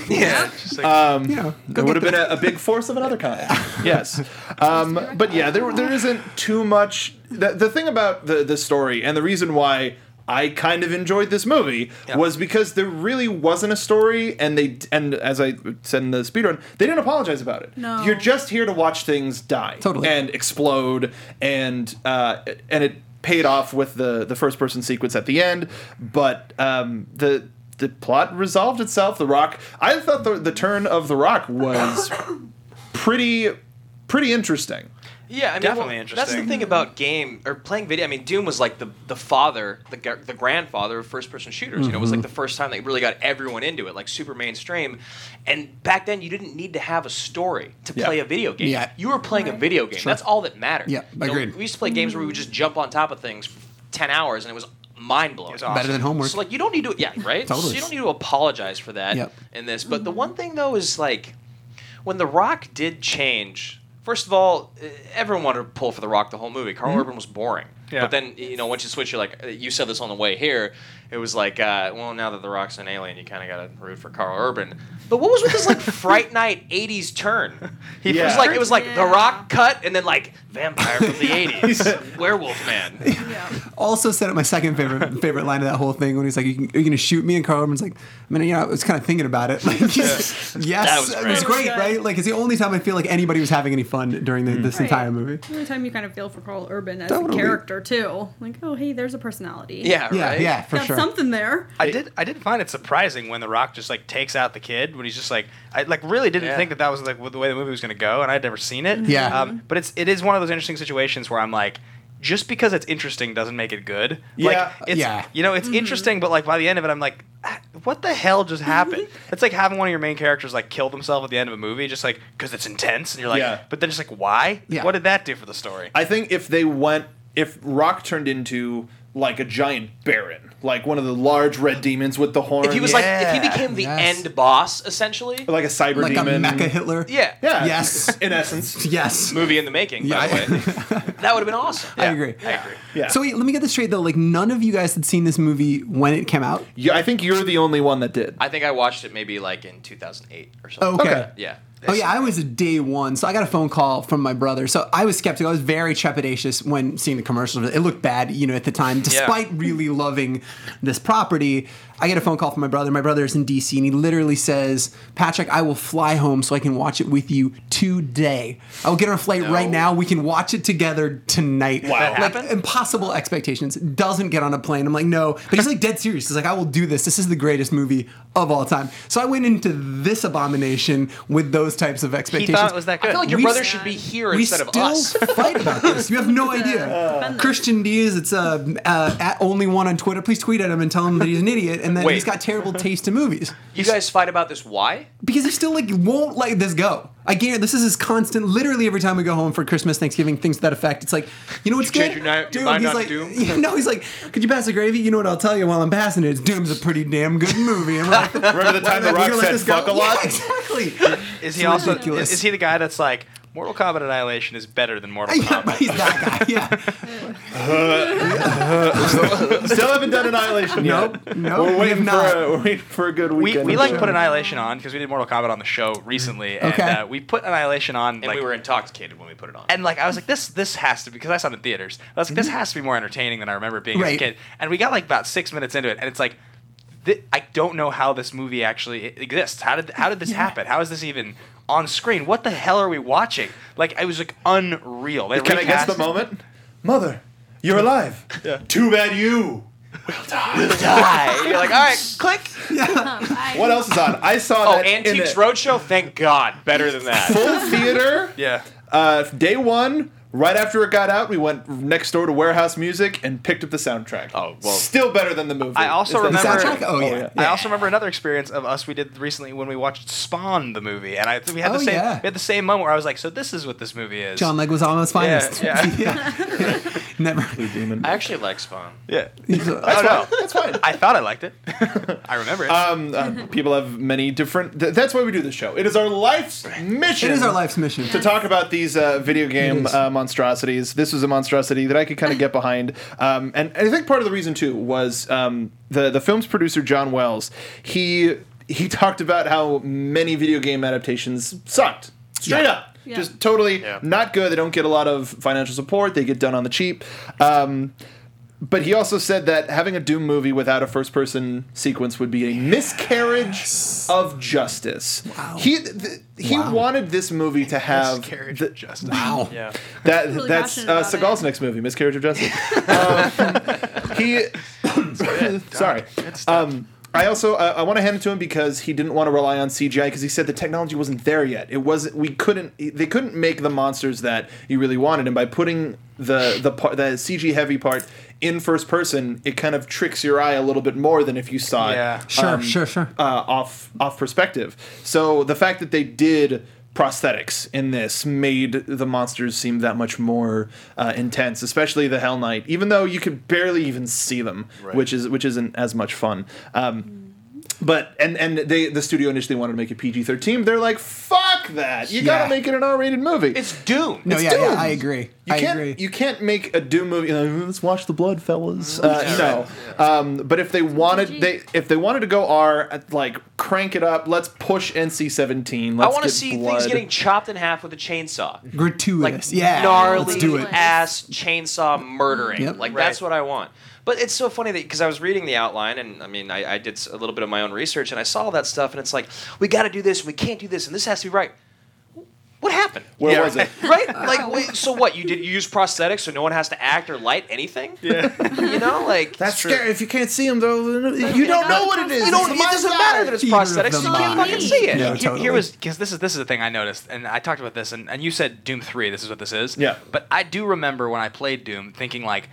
S6: Yeah. Just like,
S3: you know,
S1: it would have been a, a big force of another kind. yes, um, but yeah, there there isn't too much. The, the thing about the the story and the reason why. I kind of enjoyed this movie
S6: Yeah.
S1: was because there really wasn't a story, and they and as I said in the speedrun, they didn't apologize about it.
S4: No.
S1: you're just here to watch things die
S3: Totally.
S1: and explode, and uh, and it paid off with the the first person sequence at the end. But um, the the plot resolved itself. The Rock, I thought the the turn of the Rock was pretty pretty interesting.
S5: Yeah, I mean,
S6: Definitely
S5: well, That's
S6: interesting.
S5: the thing about game or playing video. I mean, Doom was like the the father, the gu- the grandfather of first person shooters. You know, it was like the first time they really got everyone into it, like super mainstream. And back then, you didn't need to have a story to
S1: Yeah.
S5: play a video game.
S3: Yeah.
S5: you were playing a video game. That's all that mattered.
S3: Yeah,
S5: You know,
S3: agreed.
S5: we used to play games where we would just jump on top of things for ten hours, and it was mind blowing.
S6: It was awesome.
S3: Better than homework.
S5: So like you don't need to yeah, right?
S3: Totally.
S5: So you don't need to apologize for that
S3: Yep.
S5: in this. But the one thing though is like when The Rock did change, first of all, eh, everyone wanted to pull for The Rock the whole movie. Carl
S3: Mm-hmm.
S5: Urban was boring.
S6: Yeah.
S5: But then you know once you switch, you're like eh, you said this on the way here. It was like uh, well now that The Rock's an alien, you kind of got to root for Carl Urban. But what was with this like Fright Night '80s turn?
S6: He
S5: It was
S1: Yeah.
S5: like it was like The
S4: Yeah.
S5: Rock cut and then like vampire from the '80s, werewolf man.
S4: Yeah.
S3: also set up my second favorite favorite line of that whole thing when he's like, you can, "Are you going to shoot me?" And Carl Urban's like, "I mean, you know, I was kind of thinking about it." Like, he's- yes,
S5: That was
S3: it was
S4: great.
S3: great, right? Like, it's the only time I feel like anybody was having any fun during the,
S5: Mm.
S3: this
S4: Right.
S3: entire movie.
S4: The only time you kind of feel for Carl Urban as
S3: Totally.
S4: a character too, like oh hey, there's a personality.
S5: Yeah,
S3: Yeah,
S5: right.
S3: yeah, for
S4: got
S3: sure.
S4: something there.
S6: I did. I did find it surprising when The Rock just like takes out the kid when he's just like, I like really didn't
S5: Yeah.
S6: think that that was like the way the movie was gonna go, and I'd never seen it.
S3: Yeah.
S6: Um, but it's it is one of those interesting situations where I'm like, just because it's interesting doesn't make it good.
S1: Yeah.
S6: Like, it's,
S3: Yeah.
S6: You know,
S5: Mm-hmm.
S6: it's interesting, but like by the end of it, I'm like, "Ah, what the hell just happened? it's like having one of your main characters like kill themselves at the end of a movie, just like because it's intense, and you're like,
S1: Yeah.
S6: but then just like, why?
S3: Yeah.
S6: What did that do for the story?
S1: I think if they went, if Rock turned into like a giant baron, like one of the large red demons with the horn,
S5: If he was like, if he
S6: Yeah.
S5: became the
S3: Yes.
S5: end boss, essentially.
S1: like a cyber
S3: Like
S1: demon,
S3: a mecha Hitler.
S5: yeah.
S1: yeah,
S3: Yes.
S1: in essence,
S3: Yes.
S5: Movie in the making,
S3: Yeah,
S5: by
S3: I-
S5: the way. that would have been awesome.
S3: I agree.
S5: I agree.
S1: yeah.
S3: So wait, let me get this straight though. Like, none of you guys had seen this movie when it came out.
S1: yeah, I think you're the only one that did.
S5: I think I watched it maybe like in 2008 or something.
S3: Okay.
S1: Okay.
S5: Yeah.
S3: Oh yeah, I was a day one, so I got a phone call from my brother. So I was skeptical. I was very trepidatious when seeing the commercials. It looked bad, you know, at the time. Despite really loving this property, I get a phone call from my brother. My brother is in DC, and he literally says, "Patrick, I will fly home so I can watch it with you today. I will get on a flight right now. We can watch it together tonight." Wow,
S1: That
S3: like
S5: happened?
S3: impossible expectations. Doesn't get on a plane. I'm like, no, but he's like dead serious. He's like, I will do this. This is the greatest movie of all time. So I went into this abomination with those types of
S6: He
S3: expectations.
S6: thought it was that
S5: I
S6: good.
S5: feel like your
S3: We
S5: brother
S3: s-
S5: should be here
S3: we
S5: instead
S3: still
S5: of us.
S3: fight about this. You have no idea. Christian Diaz, it's uh, uh, at only one on Twitter. Please tweet at him and tell him that he's an idiot and that
S5: Wait.
S3: he's got terrible taste in movies
S5: You guys fight about this. Why?
S3: because he still like won't let this go. I guarantee this is his constant. Literally every time we go home for Christmas, Thanksgiving, things to that effect. It's like, you know what's
S5: You
S3: good?
S5: change your ni- your
S3: Doom.
S5: mind
S3: he's
S5: on
S3: like,
S5: Doom?
S3: no, he's like, could you pass the gravy? You know what I'll tell you while I'm passing it. It's Doom's a pretty damn good movie. And we're like,
S1: Remember the time the
S3: "You're
S1: Rock
S3: gonna let
S1: said
S3: this go?"
S1: "fuck a lot"?
S3: Yeah, exactly.
S6: Is
S3: It's
S6: he also
S3: ridiculous.
S6: is, is he the guy that's like Mortal Kombat Annihilation is better than Mortal
S3: Yeah, but
S6: Kombat?
S3: he's that guy. Yeah.
S1: Still haven't done Annihilation yet.
S3: Nope, nope, we
S1: we're
S3: have
S1: waiting for
S3: not.
S1: a, we're waiting for a good
S6: We,
S1: weekend.
S6: we
S1: of
S6: like
S1: show.
S6: put Annihilation on because we did Mortal Kombat on the show recently, and
S3: Okay.
S6: uh, we put Annihilation on.
S5: And
S6: like,
S5: we were intoxicated when we put it on.
S6: and like I was like, this this has to be because I saw it in theaters. I was like, this has to be more entertaining than I remember it being as a
S3: Mm-hmm. Right.
S6: kid. And we got like about six minutes into it, and it's like, th- I don't know how this movie actually e- exists. How did how did this happen? How is this even on screen? What the hell are we watching? Like I was like unreal. They
S1: Can I guess
S6: recast-
S1: the moment? Mother, you're alive. Too bad you.
S5: die. You're like, all right, click.
S1: What else is on? I saw
S5: Oh,
S1: that in
S5: Antiques
S1: the
S5: Roadshow. Thank God, better than that.
S1: full theater.
S6: Yeah.
S1: Uh, day one, right after it got out, we went next door to Warehouse Music and picked up the soundtrack.
S5: Oh, well-
S1: still better than the movie.
S6: I also
S1: Is that-
S3: The
S6: remember-
S3: soundtrack? Oh, yeah.
S6: I also remember another experience of us we did recently when we watched Spawn the movie, and I we had the
S3: Oh,
S6: same
S3: yeah.
S6: we had the same moment where I was like, so this is what this movie is.
S3: John Leguizamo's finest.
S6: yeah.
S3: Yeah. Never.
S1: Demon.
S5: I actually like Spawn.
S6: yeah.
S3: He's a-
S6: oh no,
S1: That's fine.
S6: I thought I liked it. I remember it.
S1: Um, uh, people have many different. th- that's why we do this show. It is our life's mission.
S3: It is our life's mission.
S1: to talk about these uh, video game
S3: is.
S1: uh, monstrosities. This was a monstrosity that I could kind of get behind, um, and I think part of the reason too was um, the the film's producer John Wells. He he talked about how many video game adaptations sucked straight up.
S4: Yeah.
S1: Just totally
S5: Yeah.
S1: not good. They don't get a lot of financial support. They get done on the cheap. Um, but he also said that having a Doom movie without a first person sequence would be a miscarriage of justice. He th- he
S3: Wow.
S1: wanted this movie to have
S6: Miscarriage
S1: the-
S6: of justice.
S3: Wow.
S5: Yeah.
S1: that
S4: really
S1: that's
S4: passionate
S1: uh,
S4: about
S1: Seagal's
S4: it.
S1: next movie, Miscarriage of Justice. um, he sorry.
S6: Good stuff.
S1: Um, I also I, I want to hand it to him because he didn't want to rely on CGI because he said the technology wasn't there yet. It wasn't. We couldn't. e, They couldn't make the monsters that you really wanted, and by putting the the part the CG heavy part in first person, it kind of tricks your eye a little bit more than if you saw
S6: Yeah.
S1: it.
S3: Sure,
S1: um,
S3: sure, sure.
S1: Uh, off off perspective. So the fact that they did prosthetics in this made the monsters seem that much more uh, intense, especially the Hell Knight. Even though you could barely even see them, which is which isn't as much fun. Um, but and and they the studio initially wanted to make it PG thirteen. They're like, fuck that! You
S3: Yeah.
S1: gotta make it an R rated movie.
S5: It's Doom.
S3: No,
S1: It's
S3: yeah, yeah,
S1: Doom.
S3: I agree.
S1: You
S3: I
S1: can't,
S3: agree.
S1: You can't make a Doom movie. you know, Let's watch the blood, fellas.
S5: Mm-hmm.
S1: Uh, no, um, but if they wanted,
S4: PG.
S1: they if they wanted to go R, uh, like crank it up. Let's push NC seventeen.
S5: I
S1: Let's
S5: want to
S1: get
S5: see
S1: blood.
S5: things getting chopped in half with a chainsaw. Like
S3: Gratuitous. yeah.
S5: gnarly
S3: Let's do it.
S5: ass chainsaw murdering.
S3: Yep.
S5: Like
S6: Right.
S5: that's what I want. But it's so funny that because I was reading the outline, and I mean, I, I did s- a little bit of my own research, and I saw all that stuff, and it's like, we got to do this, and we can't do this, and this has to be right. What happened?
S1: Where
S6: Yeah,
S1: was it?
S5: Right? Like, wait, so what? You did you use prosthetics, so no one has to act or light anything? Yeah. You know, like
S1: That's scary. If you can't see them, though, you don't know what it is.
S5: you don't.
S1: It's
S5: It
S1: my
S5: doesn't
S1: side.
S5: matter that it's
S3: Theater of the
S5: prosthetics. 'cause You can't
S3: mind.
S5: fucking see it.
S3: No,
S6: Here-
S3: totally.
S6: Here was because this is this is the thing I noticed, and I talked about this, and, and you said Doom three. This is what this is.
S1: Yeah.
S6: But I do remember when I played Doom, thinking like.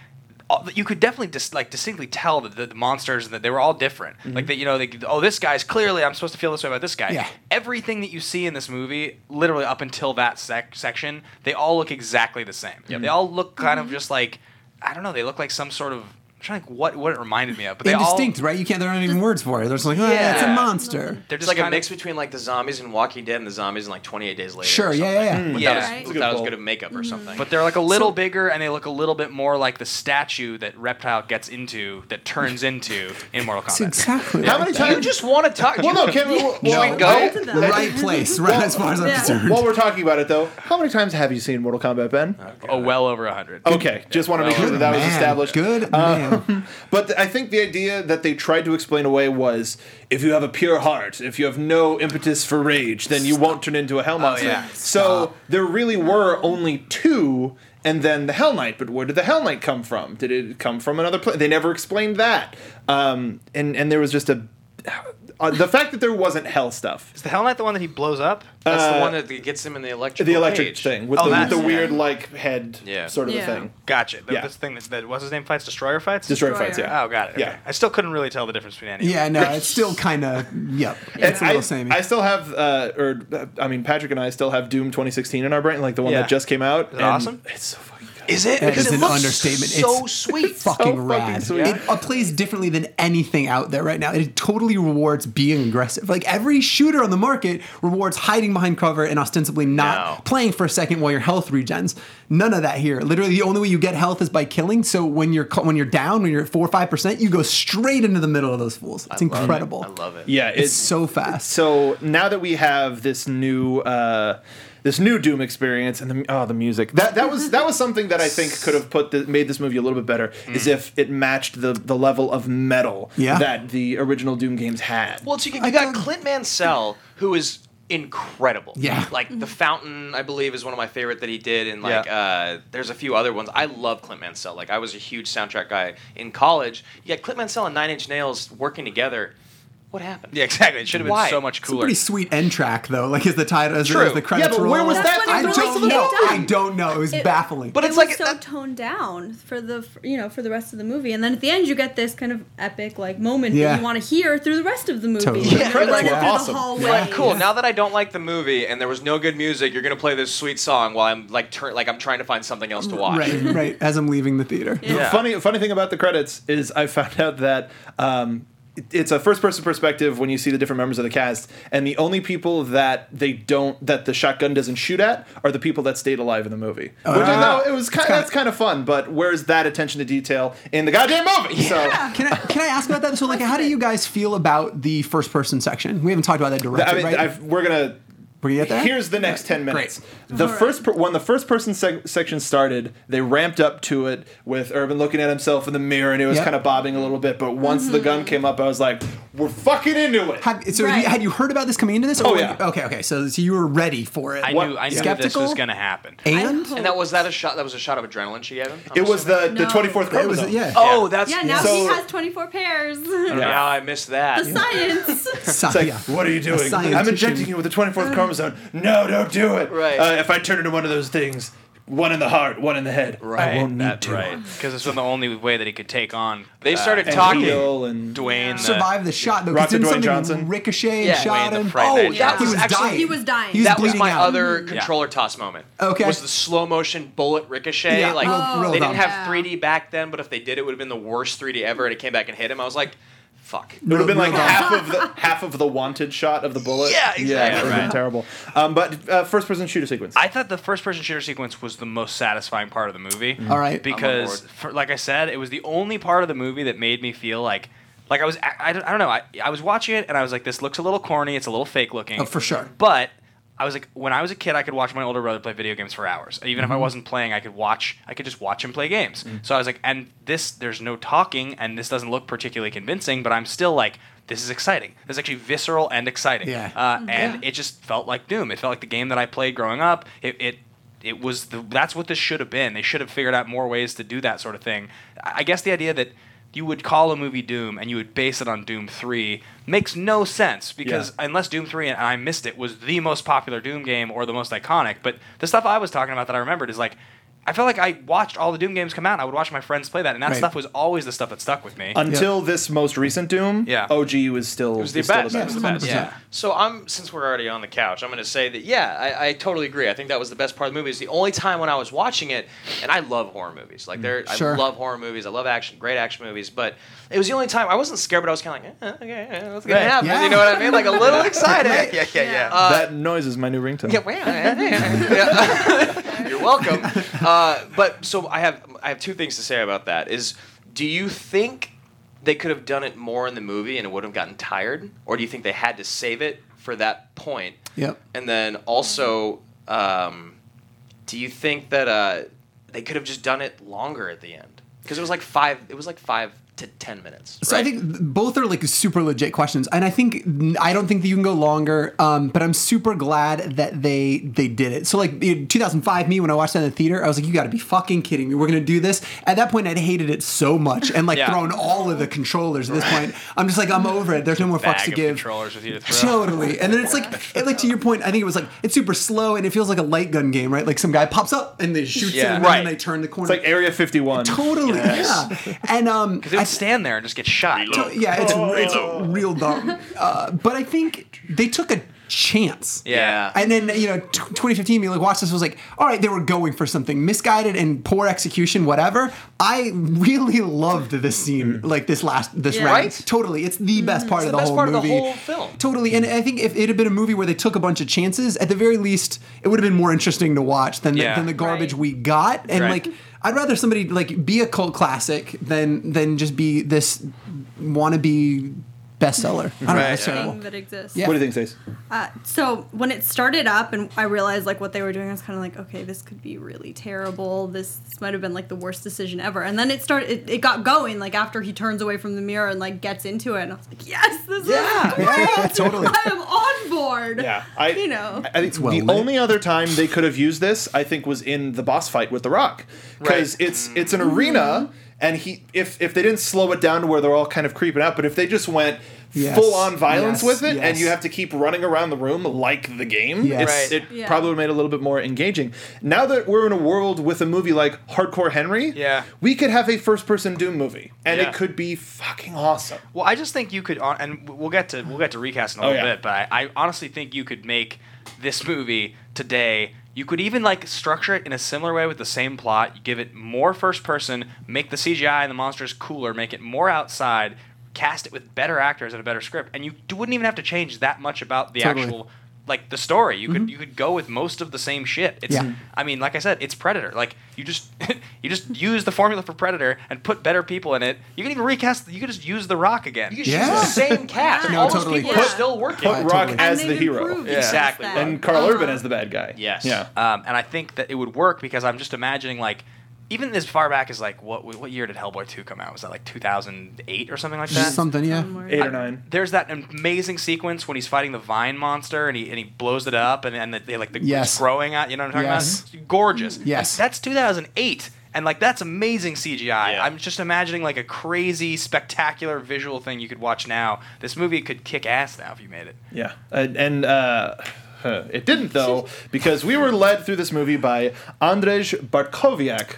S6: all- You could definitely dis- like distinctly tell that the, the monsters that they were all different. Like that, you know, they, oh, this guy's clearly I'm supposed to feel this way about this guy.
S3: Yeah.
S6: Everything that you see in this movie, literally up until that sec- section, they all look exactly the same. They all look kind
S3: Mm-hmm.
S6: of just like I don't know. They look like some sort of I'm trying to think what what it reminded me of. But they
S3: Indistinct,
S6: all
S3: right? You can't. There aren't even words for it. They're just like, oh,
S5: Yeah.
S3: that's a monster.
S6: they're
S5: It's
S6: just
S5: like a
S6: kind of-
S5: mix between like the zombies in Walking Dead and the zombies in like 28 Days Later.
S3: Sure,
S5: or
S3: yeah,
S5: something.
S3: yeah, Mm-hmm. yeah.
S5: Without,
S4: Right. That's
S5: as-
S4: a
S1: good
S5: without as
S1: call.
S5: good of makeup or something.
S6: But they're like a little bigger, and they look a little bit more like the statue that Reptile gets into, that turns into in Mortal
S3: It's
S6: Kombat.
S3: exactly.
S1: How
S3: like
S1: many
S3: that.
S1: times?
S5: you just want to talk.
S1: Well, no.
S5: you-
S1: Can we? Well,
S3: No.
S1: well,
S5: go?
S1: I- I-
S3: Right place, right as far as I'm
S4: Yeah.
S3: concerned.
S1: While we're talking about it, though, how many times have you seen Mortal Kombat, Ben?
S6: oh, well over a hundred.
S1: Okay, just want to make sure that that was
S3: Oh, Man,
S1: established.
S3: Good man.
S1: But th- I think the idea that they tried to explain away was if you have a pure heart, if you have no impetus for rage, then you won't turn into a hell monster.
S6: yeah.
S1: So there really were only two, and then the Hell Knight. But where did the Hell Knight come from? Did it come from another place? They never explained that. Um, and and there was just a uh, the fact that there wasn't hell stuff.
S6: Is the Hell Knight the one that he blows up?
S1: Uh,
S5: That's the one that gets him in the electric.
S1: The electric thing with
S6: Oh,
S1: the, with
S6: that's-
S1: the
S6: yeah.
S1: weird like head
S5: Yeah.
S1: sort of a
S4: Yeah.
S1: thing.
S6: Gotcha. The,
S1: Yeah.
S6: This thing that, that what's his name fights destroyer fights.
S1: Destroyer
S4: Destroyer.
S1: fights, yeah.
S6: Oh, got it.
S1: Yeah.
S6: okay. I still couldn't really tell the difference between any. of them.
S3: yeah, no, it's still kind of. Yep, it's a
S1: And
S3: little
S1: I,
S3: samey.
S1: I still have, uh, or uh, I mean, Patrick and I still have Doom 2016 in our brain, like the one
S6: Yeah.
S1: that just came out.
S6: Is it
S1: and
S6: awesome?
S1: It's so fucking good.
S5: Is it?
S3: That
S5: because
S3: is
S5: it
S3: an
S5: looks
S3: understatement.
S5: So
S3: It's
S5: sweet.
S3: fucking
S1: fucking
S3: rad.
S1: sweet.
S3: It uh, plays differently than anything out there right now. It totally rewards being aggressive. Like every shooter on the market rewards hiding behind cover and ostensibly not
S5: No.
S3: playing for a second while your health regens. None of that here. Literally, the only way you get health is by killing. So when you're cu- when you're down, when you're at four or five percent, you go straight into the middle of those fools. It's incredible.
S5: I love it.
S1: Yeah,
S3: It's so fast.
S1: So now that we have this new uh, this new Doom experience and the oh the music that that was that was something that I think could have put the, made this movie a little bit better is
S6: Mm.
S1: if it matched the the level of metal
S3: Yeah.
S1: that the original Doom games had.
S5: Well, so you,
S3: I
S5: you got
S3: don't-
S5: Clint Mansell, who is incredible.
S3: Yeah.
S5: Like The Fountain, I believe, is one of my favorite that he did, and like
S1: Yeah.
S5: uh, there's a few other ones. I love Clint Mansell. Like I was a huge soundtrack guy in college. You got Clint Mansell and Nine Inch Nails working together. What happened?
S6: Yeah, exactly. It should have been
S5: Why?
S6: so much
S3: It's a
S6: cooler.
S3: pretty sweet end track though. Like is the title is, the,
S6: True.
S3: is the credits
S1: Yeah, but where
S3: roll.
S1: was
S4: That's that
S3: I
S4: when in it the
S3: don't
S4: was
S3: know.
S4: done.
S3: I don't know. It was
S4: It-
S3: baffling.
S5: But
S4: It
S5: it's
S4: was
S5: like-
S4: so
S5: that-
S4: toned down for the for, you know for the rest of the movie, and then at the end you get this kind of epic like moment
S3: Yeah.
S4: that you want to hear through the rest of the movie.
S3: Totally.
S4: You're
S5: Yeah,
S4: running
S1: credits were
S4: through
S1: awesome.
S4: the hallway.
S5: Like, cool. Now that I don't like the movie and there was no good music, you're gonna play this sweet song while I'm like, tur- like I'm trying to find something else to watch.
S3: right, right. As I'm leaving the theater.
S1: The Funny, funny thing about the credits is I found out that um, it- it's a first-person perspective when you see the different members of the cast, and the only people that they don't that the shotgun doesn't shoot at are the people that stayed alive in the movie. Which I know it was kind,
S3: Oh, kinda-
S1: that's kind of fun, but where's that attention to detail in the goddamn movie? So.
S3: Can I, can I ask about that? So, like, how do you guys feel about the first person section? We haven't talked about that directly,
S1: I mean,
S3: right?
S1: I've, we're gonna.
S3: We're gonna get there?
S1: Here's the next ten minutes. The
S4: Alright.
S1: first per, when the first person sec- section started, they ramped up to it with Urban looking at himself in the mirror, and it was
S3: Yep.
S5: Mm-hmm.
S1: kind of bobbing a little bit. But once the gun came up, I was like, we're fucking into it.
S3: Have, so have
S4: Right.
S3: you, had you heard about this coming into this?
S1: Oh,
S3: were
S1: yeah.
S3: you- Okay, okay. So, so you were ready for it.
S6: I
S1: What-
S6: knew I knew this
S3: Skeptical?
S6: was going to happen.
S3: And
S5: And that was that a shot? That was a shot of adrenaline she had. I'm
S1: It was
S5: assuming?
S1: the, the
S4: No.
S1: 24th chromosome.
S3: it was yeah.
S5: Oh, that's
S4: Yeah, now
S1: So-
S4: he has 24 pairs.
S5: Yeah,
S1: Yeah.
S5: I missed that.
S4: the science.
S3: So-
S1: It's like,
S3: yeah.
S1: what are you doing? I'm
S3: scientist.
S1: injecting you with the 24th chromosome. No, don't do it.
S5: Mm. Right.
S1: Uh, if I turn into one of those things, one in the heart, one in the head, I won't need
S5: that's
S1: to.
S5: right.
S6: Because it's been the only way that he could take on.
S5: They
S6: uh,
S5: started
S1: And
S5: talking.
S1: heal and
S6: Dwayne. the-
S3: Survived the shot though.
S1: Rock
S3: 'cause
S1: to
S3: Didn't
S1: Dwayne
S3: something
S1: Johnson?
S3: ricochet
S5: Yeah.
S3: and shot
S6: Dwayne the
S3: him?
S6: Friday Night
S5: Jack.
S3: he was
S5: Actually,
S3: dying.
S4: he was dying.
S3: He was
S5: that was
S3: bleeding
S5: my
S3: out.
S5: other
S6: Yeah.
S5: controller toss moment.
S3: Okay.
S5: Was the slow motion bullet ricochet?
S3: Yeah,
S5: like
S3: real- real
S5: they
S3: dumb.
S5: didn't have
S4: Yeah.
S5: 3D back then, but if they did, it would have been the worst 3D ever, and it came back and hit him. I was like, fuck.
S1: It would have been
S3: Real
S1: like
S3: dumb.
S1: half of the half of the wanted shot of the bullet.
S5: Yeah, exactly.
S1: it would have been
S6: Right.
S1: terrible. Um, but uh, first person shooter sequence.
S6: I thought the first person shooter sequence was the most satisfying part of the movie.
S3: All right.
S6: Because,
S5: board.
S6: for, like I said, it was the only part of the movie that made me feel like. Like I was, I, I don't I don't know. I, I was watching it and I was like, "This looks a little corny. It's a little fake looking."
S3: Oh, for sure.
S6: But I was like, when I was a kid, I could watch my older brother play video games for hours. Even
S3: Mm-hmm.
S6: if I wasn't playing, I could watch. I could just watch him play games. So I was like, and this, there's no talking, and this doesn't look particularly convincing. But I'm still like, this is exciting. This is actually visceral and exciting.
S3: Yeah.
S6: Uh, and it just felt like Doom. It felt like the game that I played growing up. It. it it was the, that's what this should have been. They should have figured out more ways to do that sort of thing. I I guess the idea that you would call a movie Doom and you would base it on Doom 3 makes no sense because
S1: Yeah.
S6: unless Doom 3 and I missed it was the most popular Doom game or the most iconic, but the stuff I was talking about that I remembered is like I felt like I watched all the Doom games come out. and I would watch my friends play that, and that
S3: Right.
S6: stuff was always the stuff that stuck with me.
S1: Until this most recent Doom,
S6: Yeah.
S1: OG was still
S5: It was the
S1: is still
S5: best. It was the best.
S3: 100%.
S5: Yeah. So I'm since we're already on the couch, I'm going to say that yeah, I, I totally agree. I think that was the best part of the movie. It's the only time when I was watching it, and I love horror movies. Like there, I
S3: Mm, Sure.
S5: love horror movies. I love action, great action movies. But it was the only time I wasn't scared, but I was kind of like, eh, okay, eh, what's going to
S6: Right.
S5: happen?
S3: Yeah.
S5: You know what I mean? Like a little excited.
S6: yeah, yeah, yeah.
S5: Uh,
S1: that noise is my new ringtone.
S5: Yeah, well, eh, eh, eh. You're welcome. Uh, but so I have I have two things to say about that. Is do you think they could have done it more in the movie and it would have gotten tired, or do you think they had to save it for that point?
S3: Yep.
S5: And then also, um, do you think that uh, they could have just done it longer at the end? Because it was like five. It was like five to ten minutes.
S3: So I
S5: right?
S3: think th- both are like super legit questions, and I think I don't think that you can go longer. Um, but I'm super glad that they they did it. So like in 2005, me when I watched that in the theater, I was like, "You got to be fucking kidding me! We're gonna do this." At that point, I'd hated it so much and like
S6: Yeah.
S3: thrown all of the controllers. At this point, I'm just like, "I'm over it. There's no more fucks
S6: Bag
S3: to
S6: of
S3: give."
S6: controllers with you to throw.
S3: Totally. And then it's like, it, like to your point, I think it was like it's super slow and it feels like a light gun game, right? Like some guy pops up and they shoot
S5: Yeah.
S3: it, and
S5: Right.
S3: then they turn the corner.
S1: It's like Area 51.
S3: totally, yeah. And um,
S6: Because they
S3: I-
S6: would stand there and just get shot.
S3: to- yeah, it's,
S5: Oh.
S3: it's real dumb. Uh, but I think they took a chance.
S6: Yeah.
S3: And then you know, t- 2015, you like watch this was like, all right, they were going for something misguided and poor execution, whatever. I really loved this scene,
S6: Mm.
S3: like this last this round.
S5: Right? Mm-hmm.
S3: Totally, it's the best part
S5: It's
S3: of
S5: the
S3: the
S5: best
S3: whole
S5: part of the
S3: movie.
S5: whole film.
S3: Totally,
S6: Mm-hmm.
S3: and I think if it had been a movie where they took a bunch of chances, at the very least, it would have been more interesting to watch than
S6: Yeah.
S3: the, than the garbage
S4: Right.
S3: we got. And
S6: Right.
S3: like, I'd rather somebody like be a cult classic than than just be this wannabe bestseller. I don't know,
S6: Right,
S3: it's
S6: yeah.
S3: terrible.
S4: thing that exists.
S3: Yeah.
S1: What do you think, Stace?
S4: Uh, So when it started up and I realized like what they were doing, I was kind of like, okay, this could be really terrible. This, this might have been like the worst decision ever. And then it started. It, it got going like after he turns away from the mirror and like gets into it, and I was like, yes, this is great.
S3: totally.
S4: I am on board.
S1: Yeah, I-
S4: you know.
S1: I think
S3: well
S1: the
S3: lit.
S1: only other time they could have used this, I think, was in the boss fight with The Rock, because it's it's an arena, and he if if they didn't slow it down to where they're all kind of creeping out, but if they just went
S3: Yes.
S1: full on violence
S3: Yes.
S1: with it, and
S3: Yes.
S1: you have to keep running around the room like the game,
S3: Yes.
S1: it's,
S5: Right.
S1: it
S4: Yeah.
S1: probably would have made it a little bit more engaging. Now that we're in a world with a movie like Hardcore Henry,
S6: Yeah.
S1: we could have a first person Doom movie, and
S6: Yeah.
S1: it could be fucking awesome.
S6: Well, I just think you could, hon- and we'll get to we'll get to recast in a
S1: Oh,
S6: little
S1: yeah.
S6: bit, but I, I honestly think you could make this movie today. You could even like structure it in a similar way with the same plot. You give it more first person, make the CGI and the monsters cooler, make it more outside, cast it with better actors and a better script, and you d- wouldn't even have to change that much about the
S3: Totally.
S6: actual like the story. You could you could go with most of the same shit. It's
S3: Mm-hmm. Yeah.
S6: I mean, like I said, it's Predator. Like you just you just use the formula for Predator and put better people in it. You can even recast. You can just use The Rock again.
S5: you
S3: should
S5: yeah.
S3: Yeah.
S5: use the same cast.
S4: No,
S5: All
S3: totally.
S5: those people are
S4: Put-
S5: still working.
S1: Put
S3: Yeah,
S1: Rock
S3: totally.
S1: as
S4: And
S1: the
S4: they've
S1: hero,
S4: improved since
S6: Exactly.
S4: then.
S1: and Carl
S4: Uh-huh.
S1: Urban as the bad guy.
S5: Yes.
S3: Uh,
S1: Yeah.
S6: Um, and I think that it would work because I'm just imagining like even as far back as like what what year did Hellboy two come out? Was that like 2008 or something like that?
S3: Something, yeah.
S4: Somewhere.
S1: Eight or nine.
S6: There's that amazing sequence when he's fighting the vine monster and he and he blows it up and and they like the
S3: Yes.
S6: it's growing out. You know what I'm talking
S3: Yes.
S6: about? It's gorgeous.
S3: Yes.
S6: Like, that's 2008. And like that's amazing CGI.
S5: Yeah.
S6: I'm just imagining like a crazy, spectacular visual thing you could watch now. This movie could kick ass now if you made it.
S1: Yeah, and, and uh, huh, it didn't though because we were led through this movie by Andrzej Bartkowiak,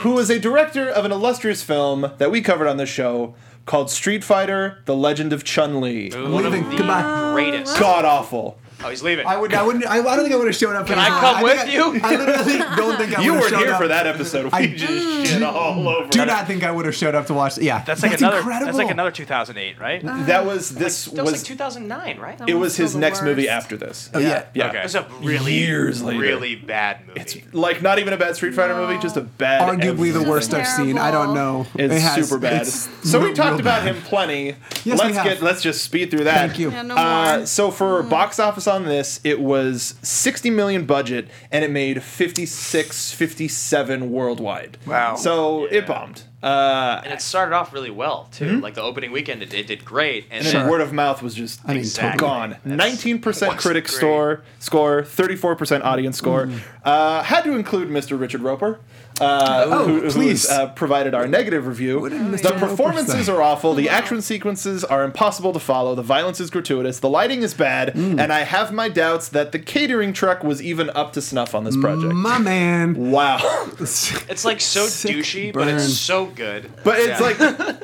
S1: who is a director of an illustrious film that we covered on this show called Street Fighter: The Legend of Chun Li.
S6: One of
S3: leaving.
S6: the
S3: Goodbye.
S6: greatest.
S1: God awful.
S6: Oh, he's leaving.
S3: I would. I wouldn't. I, I don't think I would have shown up. Can
S5: I come with you?
S3: I literally don't think I
S1: You
S3: would have
S1: weren't
S3: shown
S1: here
S3: up.
S1: for that episode. We
S3: I
S1: just shit all over.
S3: Do
S1: it.
S3: not think I would have showed up to watch. Yeah,
S6: that's like another.
S3: Incredible.
S6: That's like another 2008, right?
S1: That was this
S5: That was,
S1: was
S5: like 2009, right?
S1: it was his
S4: the
S1: next movie
S4: worst.
S1: after this.
S3: Oh, yeah.
S1: Yeah.
S6: Okay.
S5: It was a really
S1: Years later.
S6: Really bad movie.
S1: It's like not even a bad Street Fighter movie, just a bad.
S3: Arguably the
S1: everything.
S3: worst I've seen. I don't know.
S1: It's
S3: It has-
S1: super bad.
S3: it's
S1: so we
S3: real-
S1: talked
S3: real
S1: about
S3: bad.
S1: him plenty.
S3: Yes,
S1: let's
S3: we have.
S1: get let's just speed through that.
S3: Thank you.
S4: Yeah, no
S1: Uh,
S4: more. Mm.
S1: so for box office on this, it was 60 million budget and it made 56 57 worldwide.
S6: Wow.
S1: So
S6: Yeah.
S1: it bombed. Uh,
S5: and it started off really well too. Like the opening weekend, it, it did great, and
S1: and
S5: then
S1: then word of mouth was just
S3: I mean,
S5: Exactly.
S1: gone.
S3: totally.
S1: Nineteen percent
S6: That's
S1: critic
S6: great.
S1: store score, thirty-four percent audience score.
S3: Mm.
S1: Uh, had to include Mr. Richard Roper, uh,
S3: Oh,
S1: who, who's,
S3: please.
S1: uh, provided our negative review.
S3: What did Mr.
S1: The
S3: Roper
S1: performances
S3: say?
S1: are awful. The action sequences are impossible to follow. The violence is gratuitous. The lighting is bad,
S3: Mm.
S1: and I have my doubts that the catering truck was even up to snuff on this project.
S3: My man.
S1: Wow,
S5: it's like so
S3: Sick
S5: douchey, but
S3: burn.
S5: it's so good.
S1: but it's
S6: Yeah.
S1: like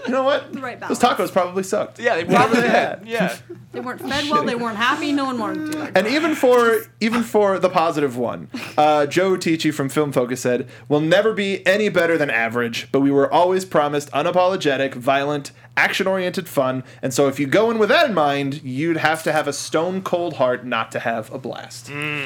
S1: you know what?
S4: right
S1: Those
S4: balance.
S1: tacos probably sucked.
S5: Yeah, they probably
S1: Yeah.
S5: did. Yeah,
S4: They weren't fed well. They weren't happy. No one wanted to.
S1: And even for even for the positive one, uh, Joe Tici from Film Focus said, "We'll never be any better than average, but we were always promised unapologetic, violent, action-oriented fun. And so, if you go in with that in mind, you'd have to have a stone cold heart not to have a blast."
S4: Mm-hmm.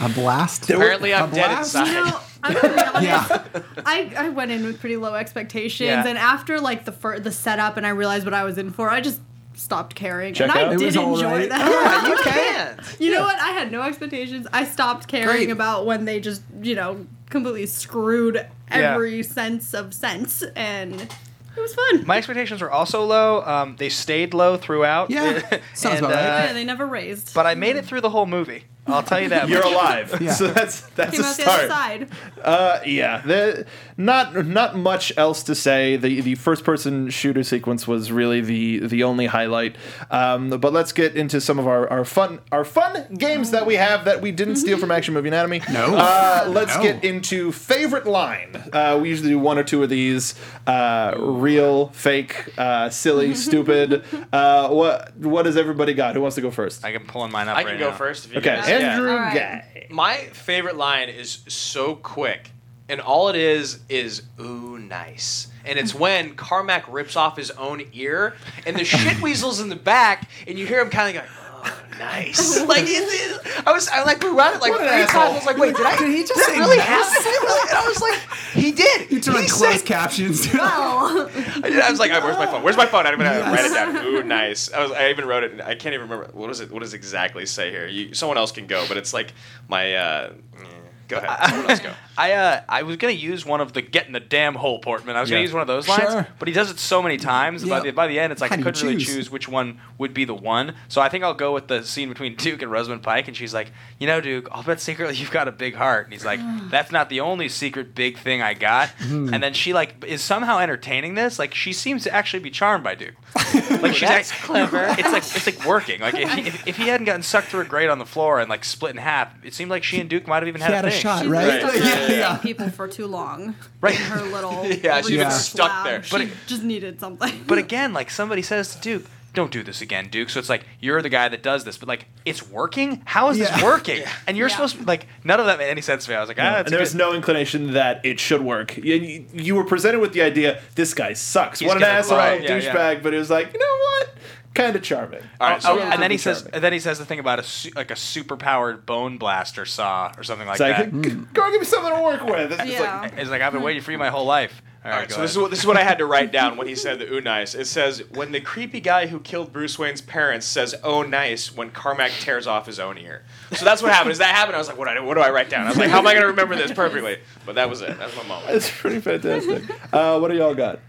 S3: A blast.
S5: apparently I'm
S3: A
S5: dead
S3: blast?
S5: inside.
S4: You know, I'm gonna be honest.
S3: Yeah.
S4: I, I went in with pretty low expectations,
S6: Yeah.
S4: and after like the fir- the setup, and I realized what I was in for. I just stopped caring,
S1: Check
S4: and I
S1: out. It
S4: did
S3: was all
S4: enjoy
S3: right.
S4: that.
S5: you can't.
S4: you know what? I had no expectations. I stopped caring
S3: Great.
S4: about when they just you know completely screwed every sense of sense, and it was fun.
S6: My expectations were also low. Um, they stayed low throughout.
S3: Yeah. Sounds about right.
S4: yeah, they never raised.
S6: uh, But I made it through the whole movie. I'll tell you that.
S1: You're
S6: much.
S1: alive,
S3: Yeah.
S1: so that's that's
S4: came
S1: a
S4: out the
S1: start.
S4: other side.
S1: Uh, yeah, the, not not much else to say. The the first person shooter sequence was really the the only highlight. Um, but let's get into some of our, our fun our fun games that we have that we didn't steal from Action Movie Anatomy.
S3: No.
S1: Uh, let's
S3: No.
S1: get into favorite line. Uh, we usually do one or two of these: uh, real, fake, uh, silly, stupid. Uh, what what has everybody got? Who wants to go first?
S6: I can pull mine up.
S5: I can
S6: right
S5: go
S6: now.
S5: first if you
S1: Okay,
S5: guys.
S1: Andrew
S4: All right.
S1: Guy.
S5: My favorite line is so quick, and all it is is ooh nice. And it's when Carmack rips off his own ear, and the shit weasel's in the back, and you hear him kind of going, "Oh, nice." like it, it- I was, I like rewound it like
S1: What an
S5: three times.
S1: asshole.
S5: I was like, "Wait, did I?
S3: Did he just
S5: that
S3: say
S5: really
S3: nice?
S5: happen?" Really? And I was like, "He did."
S3: You turn on
S5: He
S3: closed
S5: said-
S3: captions.
S4: Oh,
S5: I, did, I was like, oh, "Where's my phone? Where's my phone?" I didn't even write it down. Ooh, nice. I was. I even wrote it. and I can't even remember what does it. What does it exactly say here? You, someone else can go, but it's like my. Uh, eh, go ahead. Someone else go.
S6: I uh, I was gonna use one of the "get in the damn hole" Portman. I was gonna
S1: Yeah.
S6: use one of those lines,
S3: Sure.
S6: but he does it so many times. By,
S3: Yeah.
S6: the, by the end, it's like
S3: How
S6: I
S3: do you
S6: couldn't really
S3: choose?
S6: choose which one would be the one. So I think I'll go with the scene between Duke and Rosamund Pike, and she's like, "You know, Duke, I'll bet secretly you've got a big heart." And he's like, "That's not the only secret big thing I got." and then she like is somehow entertaining this. Like she seems to actually be charmed by Duke. Like she's
S5: That's
S6: like-
S5: clever.
S6: It's like it's like working. Like if he, if, if he hadn't gotten sucked through a grate on the floor and like split in half, it seemed like she and Duke might have even
S3: She
S6: had,
S3: had a
S6: thing.
S3: shot,
S4: she's
S3: Uh, right?
S4: been
S3: Yeah,
S4: surrounding
S3: yeah.
S4: people for too long.
S6: Right.
S4: in her little.
S5: Yeah, she's
S4: research
S3: been
S5: stuck
S4: lab.
S5: there.
S4: She
S6: But
S4: just needed something.
S6: But again, like somebody says to Duke, don't do this again, Duke. So it's like you're the guy that does this, but like it's working. How is this
S3: Yeah.
S6: working? And you're
S4: Yeah.
S6: supposed to like none of that made any sense to me. I was like, ah, that's
S1: and Uh, there was
S6: good.
S1: no inclination that it should work. You, you- you were presented with the idea, this guy sucks.
S6: He's
S1: what an
S6: gonna
S1: asshole,
S6: cry. Yeah,
S1: douchebag. But it was like, you know what? Kind of charming.
S6: All right,
S5: Oh,
S6: so,
S4: yeah.
S6: and then he
S1: Super
S6: says,
S1: charming.
S6: and then he says the thing about a su- like a super powered bone blaster saw or something like
S1: It's like,
S6: that.
S1: "G- girl, give me something to work with. It's just
S4: Yeah.
S1: like,
S6: It's like I've been waiting for you my whole life. All
S7: All
S6: right,
S7: right,
S6: go
S7: so this is,
S6: ahead.
S7: what, this is what I had to write down when he said the ooh nice. It says, when the creepy guy who killed Bruce Wayne's parents says oh nice when Carmack tears off his own ear. So that's what happened. Is that happened? I was like, what, do I- what do I write down? I was like, how am I going to remember this perfectly? But that was it. That's my moment.
S1: It's pretty fantastic. Uh, what do y'all got?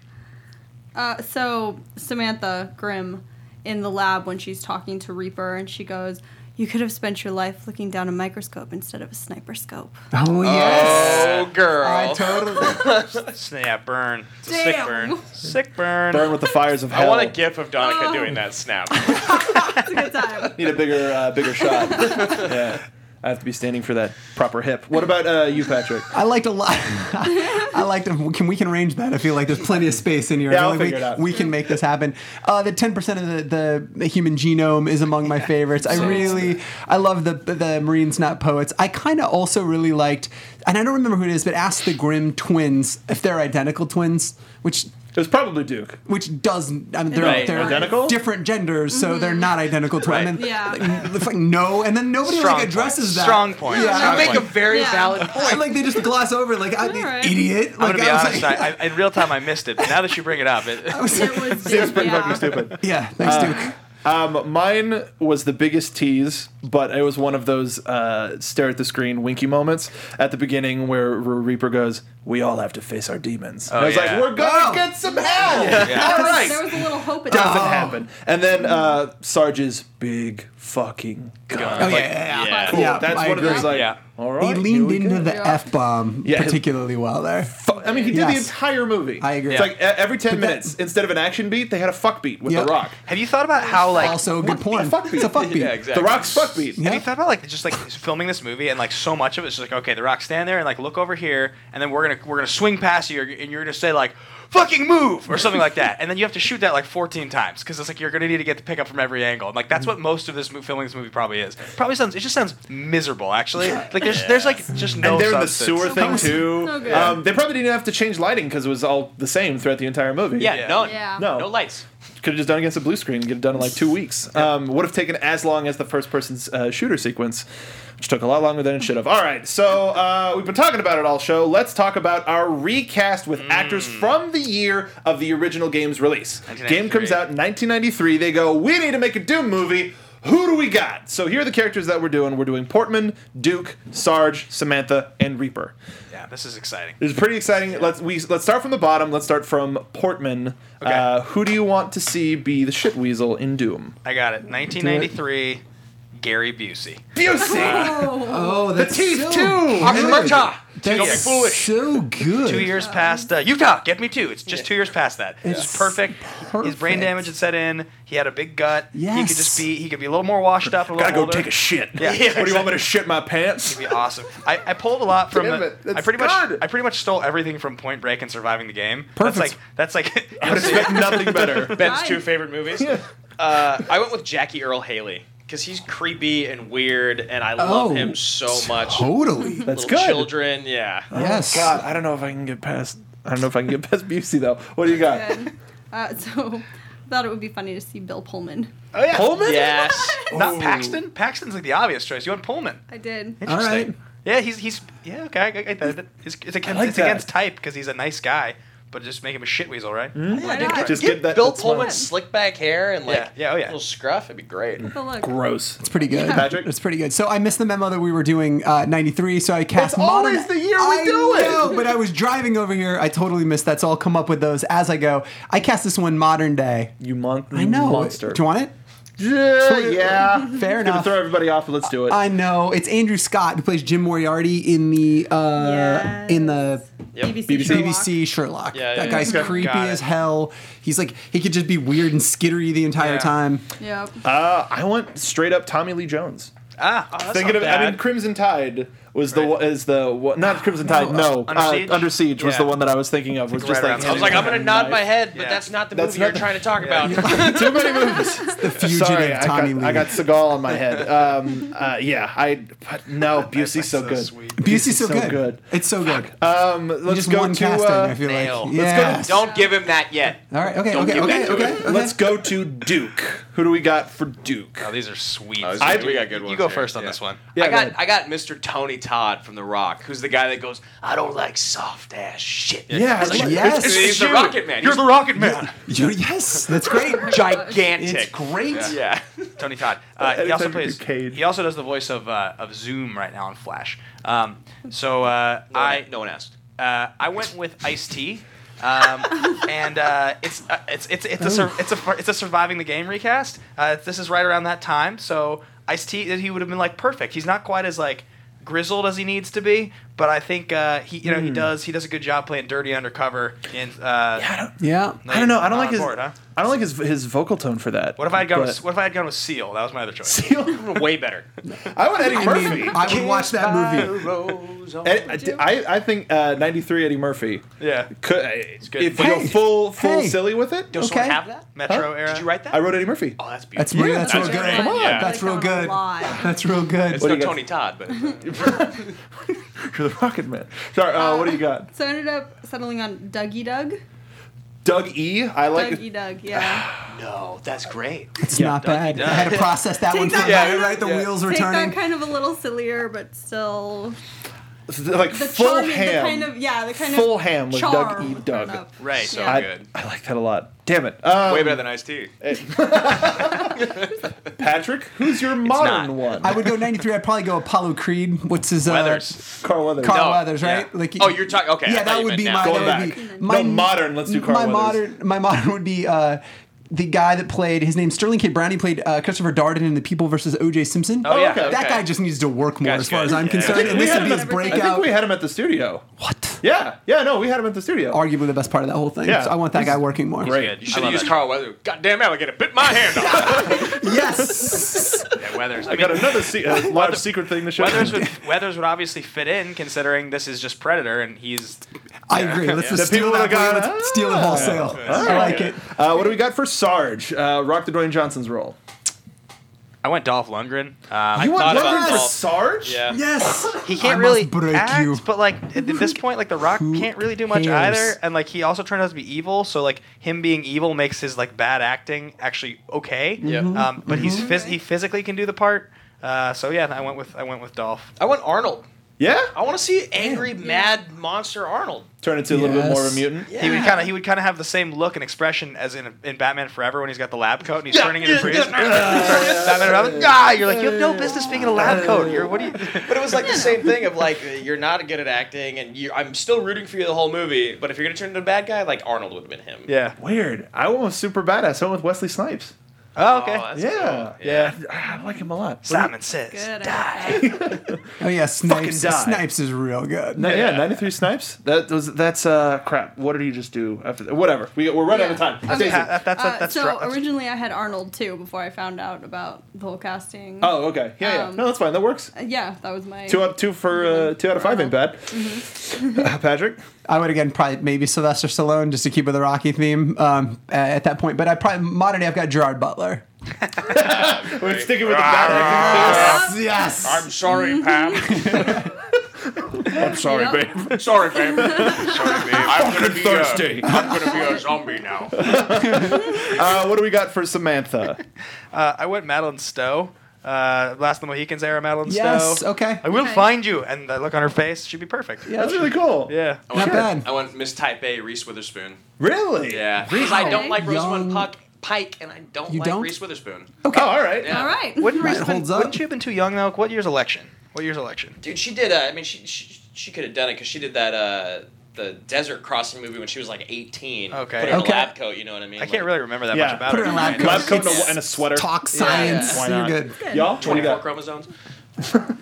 S4: Uh, so Samantha Grimm in the lab when she's talking to Reaper and she goes, "You could have spent your life looking down a microscope instead of a sniper scope."
S3: Oh yes.
S7: Oh, girl.
S3: I totally.
S6: Snap burn. It's a
S4: Damn.
S6: sick burn. Sick burn.
S1: Burn with the fires of hell.
S7: I want a GIF of Donica doing that snap.
S4: It's a good time.
S1: Need a bigger, uh, bigger shot. yeah. I have to be standing for that proper hip. What about uh, you, Patrick?
S3: I liked a lot. I liked. Can we can arrange that? I feel like there's plenty of space in here.
S1: Yeah, I'll
S3: Like, we,
S1: figure it out.
S3: we can make this happen. Uh, the 10 percent of the, the human genome is among my favorites. I really, I love the the Marine Snap poets. I kind of also really liked, and I don't remember who it is, but ask the Grim twins if they're identical twins, which.
S1: It was probably Duke.
S3: Which doesn't? I mean, they're,
S4: Right.
S3: they're
S1: Identical?
S3: different genders, so they're not identical. twins. I mean,
S4: Yeah.
S3: like, it's like, no, and then nobody
S6: Strong
S3: like addresses
S6: point.
S3: that.
S6: Strong point.
S3: Yeah.
S6: Strong
S5: You make a
S6: point.
S5: very
S4: Yeah.
S5: valid
S3: Oh, I-
S5: point.
S3: like they just gloss over like I
S4: All right.
S3: idiot. Like,
S6: I'm gonna be
S3: I was
S6: honest.
S3: like-
S6: I, I, in real time, I missed it. But now that you bring it up, it,
S3: I was like-
S4: It was
S1: Seems pretty
S4: yeah.
S1: fucking stupid.
S3: yeah, thanks, Duke.
S1: Um, mine was the biggest tease, but it was one of those uh, stare at the screen winky moments at the beginning where Reaper goes, "We all have to face our demons." and I was
S6: yeah.
S1: like, "We're gonna
S3: Oh.
S1: get some help."
S6: yeah.
S1: All right.
S4: There was a little hope in
S1: Nothing
S4: that.
S1: happened. And then uh, Sarge's big fucking gun.
S3: Oh
S1: Like,
S3: yeah, yeah, yeah.
S6: yeah.
S1: cool.
S3: Yeah,
S1: That's
S3: I
S1: one of
S3: agree.
S1: those like,
S6: Yeah.
S1: all right.
S3: He
S1: here
S3: leaned
S1: we
S3: into
S1: go.
S3: the
S4: Yeah.
S3: f bomb
S1: Yeah.
S3: particularly well there.
S1: Fu- I mean, he did the
S3: Yes.
S1: entire movie.
S3: I agree.
S1: It's like e- every ten
S3: But that-
S1: minutes, instead of an action beat, they had a fuck beat with
S3: Yeah.
S1: The Rock.
S6: have you thought about how like
S3: also, a good point.
S1: fuck
S3: It's a fuck beat.
S7: Yeah, exactly.
S1: The Rock's fuck beat.
S3: Yeah.
S6: Have you thought about like just like filming this movie and like so much of it's just like okay, the Rock stand there and like look over here, and then we're gonna we're gonna swing past you, and you're gonna say like "fucking move" or something like that, and then you have to shoot that like 14 times because it's like you're gonna need to get the pickup from every angle, and like that's
S1: Mm-hmm.
S6: what most of this mo- filming this movie probably is. Probably sounds it just sounds miserable actually. Like there's there's like just no.
S1: and they're in the
S6: substance.
S1: sewer thing too.
S4: So good.
S1: um, they probably didn't have to change lighting because it was all the same throughout the entire movie.
S5: Yeah,
S6: Yeah.
S5: none.
S4: Yeah.
S1: No.
S5: No lights.
S1: could have just done it against a blue screen and get it done in like two weeks. Um, would have taken as long as the first person's uh, shooter sequence, which took a lot longer than it should have. All right, so uh, we've been talking about it all show. Let's talk about our recast with actors from the year of the original game's release. Game comes
S6: 1993.
S1: out in 1993. They go, we need to make a Doom movie. Who do we got? So here are the characters that we're doing. We're doing Portman, Duke, Sarge, Samantha, and Reaper.
S6: Yeah, this is exciting.
S1: It's pretty exciting. Let's we let's start from the bottom. Let's start from Portman. Uh, who do you want to see be the shit weasel in Doom?
S6: I got it. 1993, Gary Busey.
S1: Busey.
S4: Oh,
S3: Oh, that's
S1: teeth,
S3: so
S1: too.
S3: good.
S5: Oxymerta.
S3: That's
S6: Don't be foolish.
S3: so good.
S6: two years past uh, Utah. Get me two. It's just two years past that. It's,
S3: It's
S6: perfect. His brain
S3: perfect.
S6: damage had set in. He had a big gut. He
S3: Yes.
S6: could just be. He could be a little more washed up. A little
S1: Gotta go
S6: older.
S1: take a shit.
S6: Yeah.
S1: what do you want me to shit my pants?
S6: Be awesome. I, I pulled a lot from.
S1: Damn
S6: the-
S1: it, that's
S6: I pretty
S1: good.
S6: much. I pretty much stole everything from Point Break and Surviving the Game.
S3: Perfect.
S6: That's like. That's like.
S1: I would expect nothing better.
S5: Ben's
S4: Nice.
S5: two favorite movies. Uh, I went with Jackie Earl Haley because he's creepy and weird, and I love
S3: Oh,
S5: him so much.
S3: Totally.
S1: Oh, That's
S5: Little
S1: good.
S5: Children, yeah.
S3: yes.
S1: God, I don't know if I can get past. I don't know if I can get past Busey though. What do you got?
S4: good. Uh, so thought it would be funny to see Bill Pullman.
S6: oh yeah.
S1: Pullman.
S5: Yes.
S6: Not Paxton. Paxton's like the obvious choice. You want Pullman.
S4: I did.
S3: All right.
S6: Yeah. He's he's. Yeah. Okay. I, I, I, it's it's against,
S1: like
S6: it's
S1: that.
S6: against type because he's a nice guy, but just make him a shit weasel, right?
S4: Why not?
S1: Just
S5: Give
S1: get that.
S5: Bill
S1: that smile.
S5: Pullman slick back hair and like
S6: Yeah, yeah, oh, yeah.
S5: little scruff. It'd be great.
S4: But look,
S1: Gross.
S3: It's pretty good.
S1: Patrick?
S3: It's pretty good. So I missed the memo that we were doing uh, 93, so I cast
S1: It's
S3: modern.
S1: always the year we
S3: I
S1: do it.
S3: know, but I was driving over here. I totally missed that, so I'll come up with those as I go. I cast this one modern day.
S1: You mon-
S3: I know.
S1: monster.
S3: Do you want it?
S1: Yeah. yeah.
S3: Fair
S1: Gonna
S3: enough.
S1: throw everybody off, but let's do it.
S3: I know. It's Andrew Scott who plays Jim Moriarty in the uh,
S4: Yes.
S3: in the
S4: BBC,
S1: BBC.
S4: Sherlock.
S3: BBC Sherlock.
S5: Yeah,
S3: that
S5: yeah,
S3: guy's
S1: yeah.
S3: creepy
S6: Got
S3: as
S6: it.
S3: hell. He's like he could just be weird and skittery the entire
S6: Yeah.
S3: time.
S4: Yep.
S1: Uh, I want straight up Tommy Lee Jones.
S6: Ah. Oh, that's
S1: Thinking
S6: not
S1: of,
S6: bad.
S1: I mean, Crimson Tide was the
S6: Right.
S1: one- is the one- not Crimson Tide. No,
S6: Under
S1: uh,
S6: Siege?
S1: Under Siege was
S6: Yeah.
S1: the one that I was thinking of. Was
S6: Right
S1: just
S6: around
S1: like
S6: the
S5: I was like, I'm gonna nod my
S1: Knife.
S5: head, but
S6: Yeah.
S5: that's not the
S1: That's
S5: movie you're
S1: not the-
S5: trying to talk about.
S1: Too many movies.
S3: The fugitive
S1: Sorry, I
S3: Tommy
S1: got,
S3: Lee.
S1: I got Seagal on my head. Um, uh, yeah, I. But no, Busey's so, good.
S6: sweet.
S3: Busey's so,
S1: so
S3: good.
S1: good.
S3: It's so good.
S1: Um, let's
S3: just
S1: go
S3: one
S1: to.
S3: casting.
S1: uh,
S3: I feel
S5: Nail.
S3: like.
S5: Let's
S1: go-
S3: Yes.
S5: Don't give him that yet.
S3: All right. Okay. Okay.
S5: give
S3: Okay.
S5: that to
S3: Okay.
S5: him.
S3: okay.
S1: Let's go to Duke. Who do we got for Duke?
S6: Oh, these are sweet.
S7: Oh, this is
S1: I-
S7: good. we got good ones.
S6: you go
S7: here.
S6: first on
S7: Yeah.
S6: this one.
S1: Yeah,
S5: I
S1: go
S5: got
S1: ahead.
S5: I got Mr. Tony
S7: Todd from The Rock, who's the guy that goes, "I don't like soft ass shit."
S3: Yeah,
S7: I was like,
S3: yes.
S7: it's- it's the
S6: you.
S7: Rocket Man.
S6: You're
S7: He's-
S6: the Rocket Man.
S3: You- yes, that's great.
S7: gigantic.
S3: It's great.
S7: Yeah.
S6: Tony Todd. Uh, he also
S1: Anytime you do
S6: plays.
S1: Cage.
S6: He also does the voice of uh, of Zoom right now on Flash. Um, so uh, I
S7: I no one asked.
S6: uh, I went with Ice T. Um, and uh, it's, uh, it's it's it's a sur- it's a fir- it's a surviving the game recast. Uh, this is right around that time, so Ice T he would have been like perfect. He's not quite as like grizzled as he needs to be, but I think uh, he you know he does he does a good job playing dirty undercover. In uh,
S3: Yeah.
S1: I don't know. I don't
S6: On
S1: like his.
S6: board, huh?
S1: I don't like his his vocal tone for that.
S6: what if I had gone
S1: But-
S6: with, what if I had gone with Seal? That was my other choice.
S7: Way better.
S1: I want Eddie
S3: I
S1: Murphy.
S3: mean, I would watch that movie.
S7: Oh,
S1: Ed- I, I think uh, 93 Eddie Murphy.
S6: Yeah,
S1: Could, uh,
S6: good.
S1: If you go
S3: Hey,
S1: full full
S3: hey.
S1: silly with it,
S7: Does someone
S3: Okay.
S7: have that?
S6: Metro era.
S7: Did you write that?
S1: I wrote Eddie Murphy.
S7: Oh, that's beautiful.
S3: That's real. that's,
S1: that's
S3: real good.
S1: great.
S3: Come on.
S7: Yeah.
S3: That's real
S4: Like that one a
S3: good.
S4: lot.
S3: That's real good.
S7: It's no
S1: do you got?
S7: Tony Todd, but
S1: You're the Rocket Man. Sorry, uh, what do you got?
S4: So I ended up settling on Dougie Doug.
S1: Doug E. I like.
S4: Dougie Doug, yeah.
S7: no, that's great.
S3: It's not bad. I had to process that one for a
S4: that
S3: minute,
S4: kind of-
S3: right? The wheels were
S4: Take
S3: turning.
S4: that kind of a little sillier, but still
S1: like
S4: the
S1: full
S4: charming,
S1: ham.
S4: the kind of yeah, the kind
S1: Full
S4: of
S1: ham with
S4: charm
S1: Doug E.
S4: was
S1: Doug.
S4: thrown up.
S6: Right, so
S4: Yeah.
S1: I,
S6: good.
S1: I like that a lot. Damn it. Um,
S7: Way better than Ice T.
S1: Patrick, who's your modern
S5: not.
S1: one?
S3: I would go 93. I'd probably go Apollo Creed. What's his uh,
S6: Weathers.
S1: Carl Weathers.
S3: Carl
S7: No,
S3: Weathers, right?
S7: yeah. Oh, you're talking- okay, I
S3: Yeah,
S7: thought
S3: that
S7: you
S3: would
S7: meant
S3: be
S7: now.
S3: my.
S1: Going
S3: that would
S1: back.
S3: be-
S1: No, modern, let's do Carl
S3: My
S1: Weathers.
S3: modern. My modern would be. Uh, the guy that played his name's Sterling K. Brown. He played uh, Christopher Darden in The People versus O.J. Simpson.
S6: Oh, yeah,
S1: okay.
S3: that guy just needs to work more,
S6: Guy's
S3: as far
S6: good.
S3: as I'm
S6: Yeah.
S3: concerned. And
S1: We
S3: this
S1: had
S3: would
S1: him
S3: be his
S1: at the- I think
S3: breakout.
S1: we had him at the studio.
S3: what?
S1: Yeah, yeah, no, we had him at the studio.
S3: Arguably the best part of that whole thing.
S1: Yeah.
S3: So I want that guy working more.
S1: Great.
S6: Good.
S7: You
S6: I
S7: should
S6: love
S7: have used
S6: that.
S7: Carl Weather. Goddamn alligator bit my hand off.
S3: Yes.
S6: Yeah, Weathers. I
S1: I
S6: mean,
S1: got another se- uh, lot of secret thing to show.
S6: Weathers would Weathers would obviously fit in considering this is just Predator and he's
S3: I agree. Let's just
S1: The people
S3: steal that
S1: that
S3: guy.
S1: got-
S3: Let's steal it wholesale. I like it.
S1: Uh, what do we got for Sarge? Uh, Rock the Dwayne Johnson's role.
S6: I went Dolph Lundgren. Um, I
S3: You want
S7: thought about
S3: Lundgren for
S1: For
S7: Dolph.
S3: s-
S1: Sarge?
S7: Yeah.
S3: Yes.
S6: he
S3: I
S6: can't
S3: must
S6: really
S3: break
S6: act,
S3: you.
S6: but like at this point, like The Rock can't really do much
S3: cares?
S6: either, and like he also turned out to be evil, so like him being evil makes his like bad acting actually okay.
S7: Yeah.
S3: Mm-hmm.
S6: Um, but he's phys- he physically can do the part. Uh, so yeah, I went with I went with Dolph.
S7: I want Arnold. I
S1: Yeah?
S7: want to see angry, mad monster Arnold.
S1: Turn it to a little bit
S3: Yes.
S1: more of a mutant.
S6: He would kind of he would kind of have the same look and expression as in, in Batman Forever when he's got the lab coat and he's turning into freeze. Batman Forever. Ah, you're like you have no business being in a lab coat. You're what do you?
S7: But it was like the same thing of like uh, you're not good at acting, and you, I'm still rooting for you the whole movie. But if you're gonna turn into a bad guy, like Arnold would have been him.
S6: Yeah.
S1: Weird. I went with Super Badass. I went with Wesley Snipes.
S6: Oh,
S7: Oh,
S6: okay.
S7: that's
S1: yeah.
S7: cool. Yeah.
S1: I like him a lot.
S6: Simon says.
S4: Good.
S3: Oh yeah, Snipes.
S1: die.
S3: Snipes is real good.
S1: No, yeah. 93 Snipes. That was that's uh crap. What did he just do after that? Whatever. We we're running out of time.
S4: Yeah. Okay.
S1: Stacey.
S6: Ha- that- that's
S4: Uh,
S6: a, that's,
S4: so
S6: dro- that's-
S4: originally I had Arnold too before I found out about the whole casting.
S1: Oh, okay. Yeah, yeah.
S4: Um,
S1: no, that's fine. That works.
S4: Uh, yeah, that was my
S1: Two out two for uh, two out of five ain't bad. Uh, Patrick.
S3: I would again probably maybe Sylvester Stallone just to keep with the Rocky theme um, a- at that point. But I probably modern day I've got Gerard Butler.
S1: We're sticking with the
S3: Ah.
S1: Batman.
S3: Yes.
S7: I'm sorry, Pam.
S1: I'm sorry,
S4: Yep.
S1: babe.
S7: sorry, Pam. sorry, babe. I'm gonna be uh,
S1: Thirsty.
S7: I'm gonna be a zombie now.
S1: Uh, what do we got for Samantha?
S6: uh, I went Madeline Stowe. Uh, Last of the Mohicans era Madeline
S3: yes.
S6: Stowe.
S3: Okay.
S6: I will
S4: Okay.
S6: find you, and the look on her face should be perfect. Yeah.
S1: That's really cool.
S6: Yeah.
S3: Not
S7: I want,
S3: bad.
S7: I want Miss Type A Reese Witherspoon.
S1: Really?
S7: Yeah, because I don't like
S3: Young.
S7: Rosamund Puck, Pike, and I don't
S3: You
S7: like
S3: don't?
S7: Reese Witherspoon.
S1: Oh, all right.
S7: Yeah.
S4: All right.
S6: Wouldn't
S3: That
S6: Reese been,
S3: holds up.
S6: wouldn't you have been too young though? What year's election? What year's election?
S7: Dude, she did. Uh, I mean, she she, she could have done it because she did that uh, the desert crossing movie when she was like eighteen.
S6: Okay.
S7: Put her in
S3: Okay.
S7: a lab coat. You know what I mean?
S6: I can't really remember that
S1: Yeah.
S6: much about
S3: Put
S6: it.
S3: her in a lab coat.
S1: Lab coat and a-
S3: It's
S1: and a sweater.
S3: Talk
S7: yeah.
S3: science.
S1: Why not?
S3: You're good.
S1: Y'all, what do you
S7: Twenty-four
S1: got?
S7: chromosomes.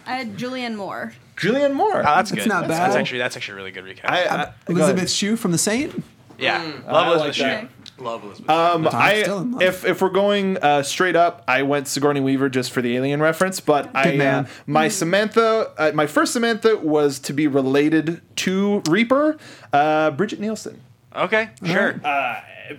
S4: I had Julianne Moore.
S1: Julianne Moore.
S6: Oh, that's good.
S3: That's not
S6: that's,
S3: bad.
S6: That's actually that's actually a really good recap.
S1: I,
S3: uh,
S1: I,
S3: Elizabeth Shue from The Saint.
S6: yeah.
S1: I like
S6: Love Elizabeth
S1: that.
S6: Shue.
S4: Okay.
S7: Love Elizabeth.
S1: Um, I,
S3: still in love.
S1: if if we're going uh, straight up, I went Sigourney Weaver just for the alien reference. But I, uh,
S3: man.
S1: my Samantha, uh, my first Samantha was to be related to Reaper, uh, Bridget Nielsen,
S6: Okay. Sure.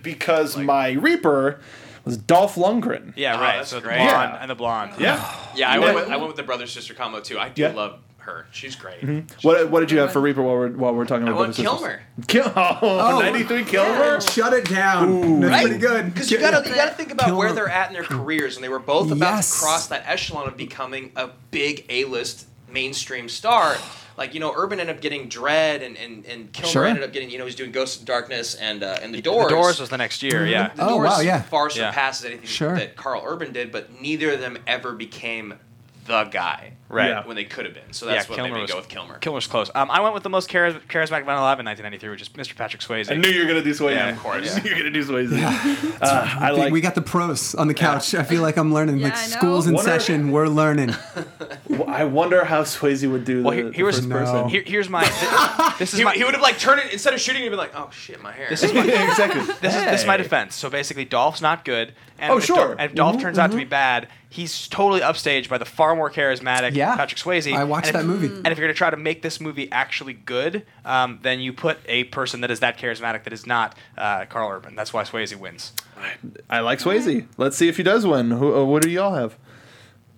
S1: because my Reaper was Dolph Lundgren.
S6: yeah.
S7: Oh,
S6: Right.
S7: that's
S6: so the
S7: great.
S6: blonde
S1: Yeah.
S6: and the blonde.
S1: Yeah.
S7: yeah, I went. With, I went with the brother sister combo too. I do
S1: Yeah.
S7: love her. She's great.
S3: Mm-hmm.
S1: What, what did you have for Reaper while we're while we're talking
S7: I
S1: about
S7: want
S1: Brothers Sisters?
S7: Kilmer.
S1: Kil- oh,
S3: Oh.
S1: 93 Kilmer.
S3: Shut it down. That's
S7: Right?
S3: pretty good.
S7: Because you gotta you gotta think about
S3: Kilmer.
S7: where they're at in their careers, and they were both about
S3: Yes.
S7: to cross that echelon of becoming a big A list
S5: mainstream star. Like you know, Urban ended up getting Dread, and and and Kilmer
S3: Sure.
S5: ended up getting you know he's doing Ghost in Darkness and uh, and the
S6: The
S5: Doors.
S6: Doors was the next year, yeah.
S5: The
S3: Oh,
S5: Doors
S3: wow, yeah.
S5: far
S6: Yeah.
S5: surpasses anything
S3: Sure.
S5: that Carl Urban did, but neither of them ever became the guy
S6: Right.
S1: Yeah.
S5: when they could have been. So that's
S6: yeah,
S5: what
S6: Kilmer
S5: made me
S6: was,
S5: go with Kilmer.
S6: Kilmer's close. Um, I went with the most chari- charismatic man alive in 1993, which is Mr. Patrick Swayze.
S1: I knew you were gonna do Swayze.
S6: Yeah, of course.
S1: I knew you were gonna do Swayze. Uh, I like.
S3: we got the pros on the couch. I feel like I'm learning.
S4: Yeah,
S3: like
S4: I know.
S3: school's in
S1: Wonder-
S3: session, we're learning.
S1: I wonder how Swayze would do.
S6: Well,
S1: the,
S6: here,
S1: the
S6: here was
S1: first
S3: No.
S1: person.
S6: here, here's my. thi- This is
S5: He,
S6: my.
S5: he would have like turned it instead of shooting, he'd be like, "Oh shit, my hair."
S6: This is my.
S1: Yeah, exactly.
S6: This is this is my
S1: Hey.
S6: defense. So basically, Dolph's not good. And
S1: Oh,
S6: if
S1: sure.
S6: Dol- and if Dolph turns out to be bad, he's totally upstaged by the far more charismatic
S3: Yeah.
S6: Patrick Swayze.
S3: I watched
S6: And if- Mm.
S3: that movie.
S6: And if you're gonna try to make this movie actually good, um, then you put a person that is that charismatic that is not uh, Carl Urban. That's why Swayze wins.
S1: I like Swayze. Let's see if he does win. Who, uh, what do y'all have?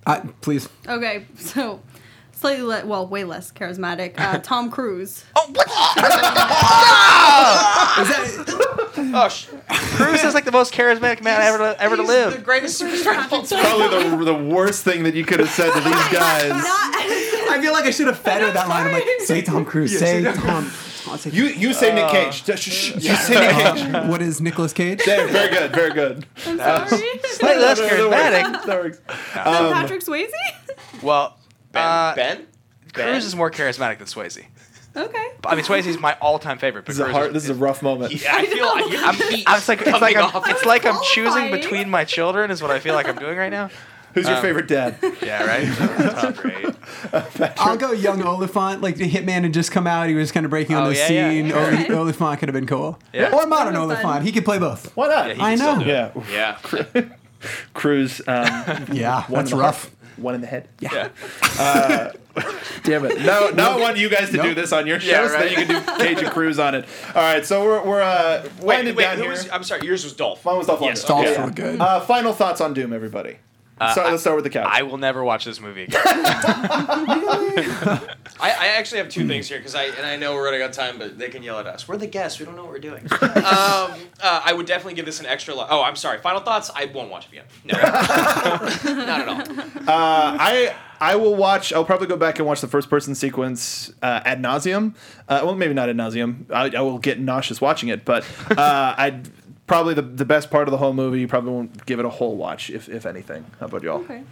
S3: I, please.
S4: Okay, so slightly le- well, way less charismatic. Uh, Tom Cruise.
S3: Is that,
S5: oh, sh-
S6: Bruce is like the most charismatic man ever to, ever to
S5: he's
S6: live.
S5: The greatest superstar of all time.
S1: Probably the, the worst thing that you could have said to these guys.
S3: I feel like I should have fed her that line. I'm like, say Tom Cruise. say Tom. I'll say-
S1: You you say
S6: Uh,
S1: Nick Cage. Shh, shh, shh, You say Nick Cage.
S3: Uh, what is Nicolas Cage?
S1: There, very good, very good.
S6: Oh,
S4: I'm sorry.
S6: Like, that's
S1: No, no, that
S6: charismatic.
S1: works, that works.
S4: So Patrick Swayze.
S6: Well,
S5: Ben,
S6: uh,
S5: ben,
S6: Cruz is more charismatic than Swayze.
S4: okay.
S6: I mean, Swayze's my all-time favorite. But
S1: This is a
S6: Cruz
S1: hard. This is a rough moment.
S5: Yeah, I feel like
S6: I'm, I was like, it's like, I'm,
S5: off.
S6: it's like I'm choosing
S4: Qualifying.
S6: between my children is what I feel like I'm doing right now.
S1: Who's
S6: Um,
S1: your favorite dad?
S6: Yeah, right. Top eight.
S3: I'll go young Oliphant. Like the Hitman had just come out. He was kind of breaking on
S6: Oh,
S3: the
S6: yeah, yeah.
S3: scene. Oli-
S4: Okay.
S3: Oliphant could have been cool.
S6: Yeah.
S3: Or modern
S4: Would've been
S3: Oliphant.
S4: fun.
S3: He could play both.
S1: Why not?
S6: he
S3: I
S6: can still
S3: know.
S6: do it.
S1: yeah,
S5: yeah.
S1: Cruise. Um,
S3: Yeah,
S1: one
S3: that's
S1: in the
S3: rough.
S1: heart, one in the head. Yeah.
S6: Yeah.
S1: Damn it. No, no, I want you guys to do
S3: Nope.
S1: this on your show
S5: Yeah,
S1: so that
S5: right.
S1: you can do Cage and Cruise on it. All right, so we're we're uh, winding
S5: Wait, wait,
S1: down
S5: who
S1: here.
S5: was? I'm sorry, yours was Dolph.
S1: Mine was Dolph
S5: Yes,
S1: Lundgren.
S3: Dolph's
S1: Okay.
S3: real good.
S1: Uh, final thoughts on Doom, everybody.
S5: Uh,
S1: so let's start with the couch.
S6: I will never watch this movie again.
S5: I, I actually have two things here because I and I know we're running out of time, but they can yell at us. We're the guests. We don't know what we're doing. um, uh, I would definitely give this an extra. Li- oh, I'm sorry. Final thoughts. I won't watch it again. No, not at all.
S1: Uh, I I will watch. I'll probably go back and watch the first person sequence uh, ad nauseum. Uh, well, maybe not ad nauseum. I, I will get nauseous watching it, but uh, I probably the, the best part of the whole movie. You probably won't give it a whole watch, if if anything. How about y'all?
S4: Okay.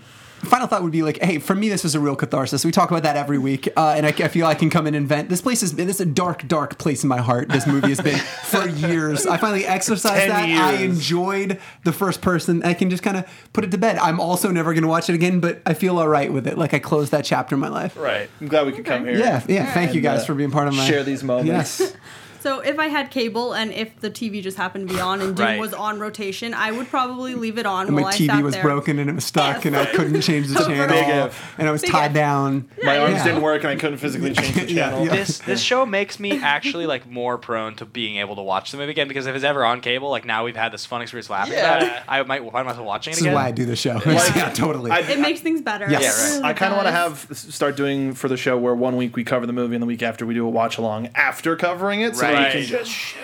S3: Final thought would be like, hey, for me, this was a real catharsis. We talk about that every week, uh, and I, I feel I can come in and vent. This place is this is a dark, dark place in my heart. This movie has been for years. I finally exercised
S1: Ten
S3: that. I
S1: years.
S3: enjoyed the first person. I can just kind of put it to bed. I'm also never going to watch it again, but I feel all right with it. Like I closed that chapter in my life.
S1: Right. I'm glad we could come here.
S3: Yeah, yeah.
S4: All
S3: Thank
S4: right.
S3: you guys
S1: uh,
S3: for being part of my
S1: share these moments.
S3: Yes.
S4: So if I had cable and if the TV just happened to be on and Doom
S6: Right.
S4: was on rotation, I would probably leave it on
S3: And
S4: while
S3: my
S4: I
S3: TV
S4: sat
S3: was
S4: there.
S3: broken and it was stuck, and I couldn't change the
S4: Big
S3: channel,
S1: F.
S3: and I was
S4: Big
S3: tied
S4: F.
S3: down.
S1: My arms
S3: Yeah.
S1: didn't work, and I couldn't physically change the
S3: Yeah,
S1: channel.
S3: yeah.
S6: this this show makes me actually like more prone to being able to watch the movie again because if it's ever on cable, like now we've had this fun experience laughing about
S5: Yeah.
S6: it, I might find myself watching it
S3: This is
S6: again.
S3: why I do the show. yeah, totally.
S1: I- oh,
S4: It makes things better.
S3: Yes.
S6: Yeah, right.
S4: Really
S1: I kind of want to
S4: does.
S1: have start doing for the show where one week we cover the movie and the week after we do a watch along after covering it, so that
S6: Right.
S1: we can just.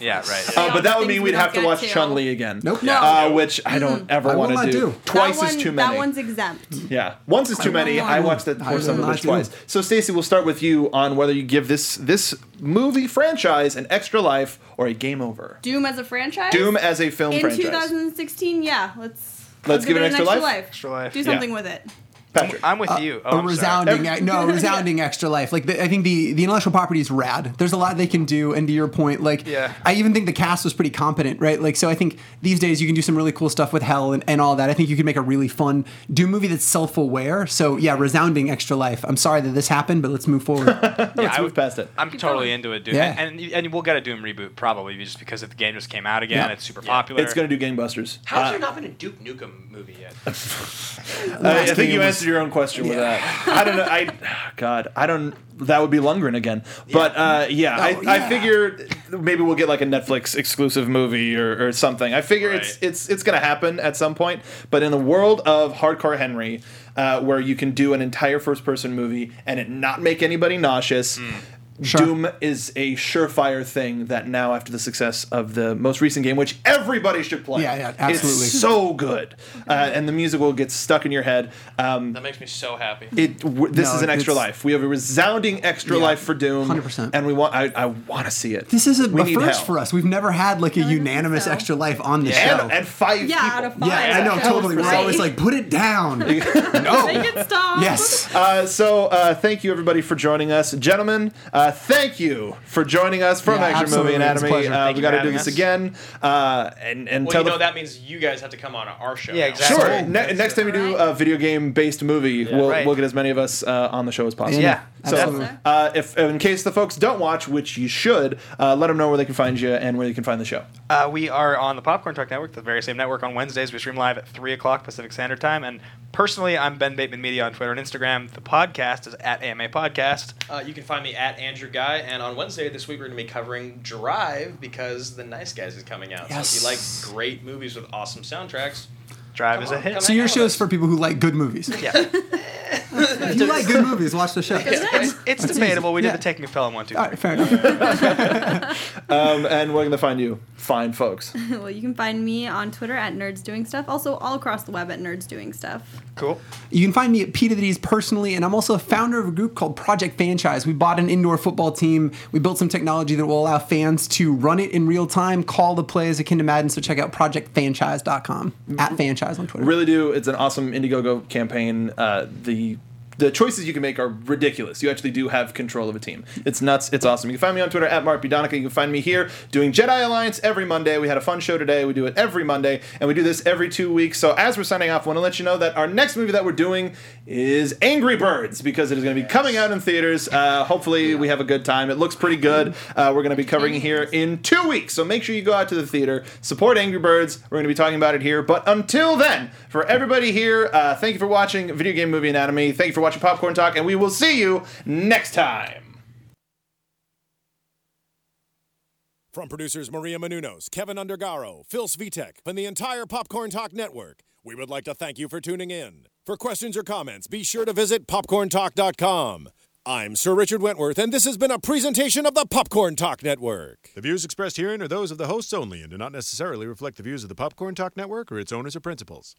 S6: yeah, right.
S1: Uh, but that would
S4: Things
S1: mean
S4: we
S1: we'd
S4: don't
S1: have to
S4: get
S1: watch
S4: to. Mm.
S1: Chun Li again.
S3: Nope.
S1: Yeah. Uh, which I don't ever
S3: I will
S1: want to
S3: not
S1: do.
S3: do.
S4: That
S1: Twice is
S4: one-
S1: too many.
S4: That one's exempt.
S1: yeah, once is too many.
S3: not
S1: I
S3: do.
S1: watched that
S3: I
S1: poor
S3: will
S1: son of a
S3: not
S1: bitch
S3: do.
S1: twice. So Stacy, we'll start with you on whether you give this this movie franchise an extra life or a game over.
S4: Doom as a franchise.
S1: Doom as a film
S4: in
S1: franchise.
S4: 2016. Yeah, let's
S1: Let's give it an extra life?
S6: Extra life.
S4: Do
S6: Yeah.
S4: something with it.
S1: Patrick.
S6: I'm with you. Oh,
S3: a
S6: I'm sorry.
S3: resounding, ex- no, a resounding extra life. Like the, I think the the intellectual property is rad. There's a lot they can do, and to your point, like
S6: Yeah.
S3: I even think the cast was pretty competent, right? Like so, I think these days you can do some really cool stuff with Hell and, and all that. I think you could make a really fun Doom movie that's self aware. So yeah, resounding extra life. I'm sorry that this happened, but let's move forward.
S6: Yeah,
S1: Let's
S6: I
S1: move
S6: would-
S1: past it.
S6: I'm
S4: Keep
S6: totally
S4: going.
S6: into a Doom,
S3: Yeah.
S6: and, and and we'll get a Doom reboot probably just because if the game just came out again,
S3: Yeah.
S6: it's super popular.
S1: It's going to do gangbusters.
S5: How's there
S1: Uh,
S5: not been a Duke Nukem movie yet?
S1: I, I
S3: Last
S1: think
S3: game
S1: you
S3: was-
S1: answered your own question with that. I don't know. I God, I don't. That would be Lundgren again. But uh, yeah, I,
S3: Oh,
S1: I
S3: yeah.
S1: figure maybe we'll get like a Netflix exclusive movie or, or something. I figure it's
S5: Right.
S1: it's it's gonna happen at some point. But in the world of Hardcore Henry,
S3: Hmm.
S1: uh, where you can do an entire first person movie and it not make anybody nauseous.
S3: Sure.
S1: Doom is a surefire thing that now, after the success of the most recent game, which everybody should play,
S3: Yeah, yeah, absolutely.
S1: it's so good, uh, and the music will get stuck in your head. Um,
S5: That makes me so happy.
S1: it w- this
S3: No,
S1: is an extra
S3: it's-
S1: life. We have a resounding extra
S3: Yeah,
S1: life for Doom,
S3: 100%.
S1: and we want. I, I want to see it.
S3: This is a,
S1: we
S3: a
S1: need
S3: first
S1: help.
S3: for us. We've never had like a
S4: No, I don't think
S3: unanimous
S4: so.
S3: extra life on the
S1: and,
S3: show.
S1: and five.
S4: Yeah,
S1: people.
S4: out of five.
S3: yeah, I know
S1: Yeah.
S3: totally. We're
S1: Right.
S3: always like, put it down.
S4: Make it stop.
S3: yes.
S1: Uh, so uh, thank you everybody for joining us, gentlemen. Uh, thank you for joining us from
S3: Yeah,
S1: Action Movie
S3: absolutely. It's a
S1: Anatomy.
S3: pleasure.
S1: Uh,
S6: Thank
S1: we
S6: you
S1: got
S6: for
S1: to do
S6: having
S1: this
S6: us.
S1: again, uh, and and
S5: Well,
S1: tell
S5: you know
S1: the-
S5: that means you guys have to come on our show.
S6: Yeah,
S5: now.
S6: exactly.
S1: Sure.
S6: That's-
S1: Ne-
S6: that's
S1: next time we do a video game based movie, we'll,
S6: right.
S1: we'll get as many of us uh, on the show as possible.
S6: Yeah,
S1: So,
S3: absolutely.
S1: uh, if in case the folks don't watch, which you should, uh, let them know where they can find you and where they can find the show.
S6: Uh, we are on the Popcorn Talk Network, the very same network. On Wednesdays, we stream live at 3 o'clock Pacific Standard Time. And personally, I'm Ben Bateman Media on Twitter and Instagram. The podcast is at AMA Podcast.
S5: Uh, you can find me at Andrew Guy, and on Wednesday this week we're going to be covering Drive because The Nice Guys is coming out. So
S3: Yes.
S5: if you like great movies with awesome soundtracks,
S6: Drive
S5: Come
S6: is
S5: on,
S6: a hit.
S5: come
S3: So your show's for people who like good movies.
S6: Yeah.
S3: If you like good movies, watch the show.
S6: it's it's debatable. We did
S3: Yeah.
S6: the Take Me Pelham one, too.
S3: All right, fair enough.
S1: Um, and where can they find you? Fine, folks.
S4: well, you can find me on Twitter at Nerds Doing Stuff. Also, all across the web at Nerds Doing Stuff.
S6: Cool.
S3: You can find me at Pete of the D's personally, and I'm also a founder of a group called Project Franchise. We bought an indoor football team. We built some technology that will allow fans to run it in real time, call the plays akin to Madden. So check out projectfranchise.com
S1: Mm-hmm.
S3: at franchise on Twitter.
S1: Really do. It's an awesome Indiegogo campaign. Uh, the the choices you can make are ridiculous. You actually do have control of a team. It's nuts. It's awesome. You can find me on Twitter at Mark Budonica. You can find me here doing Jedi Alliance every Monday. We had a fun show today. We do it every Monday, and we do this every two weeks. So as we're signing off, I want to let you know that our next movie that we're doing is Angry Birds because it is going to be coming out in theaters. Uh, hopefully, we have a good time. It looks pretty good. Uh, we're going to be covering it here in two weeks. So make sure you go out to the theater, support Angry Birds. We're going to be talking about it here. But until then, for everybody here, uh, thank you for watching Video Game Movie Anatomy. Thank you for watching Popcorn Talk, and we will see you next time.
S2: From producers Maria Menunos, Kevin Undergaro, Phil Svitek, and the entire Popcorn Talk Network, we would like to thank you for tuning in. For questions or comments, be sure to visit popcorntalk.com. I'm Sir Richard Wentworth, and this has been a presentation of the Popcorn Talk Network. The views expressed herein are those of the hosts only and do not necessarily reflect the views of the Popcorn Talk Network or its owners or principals.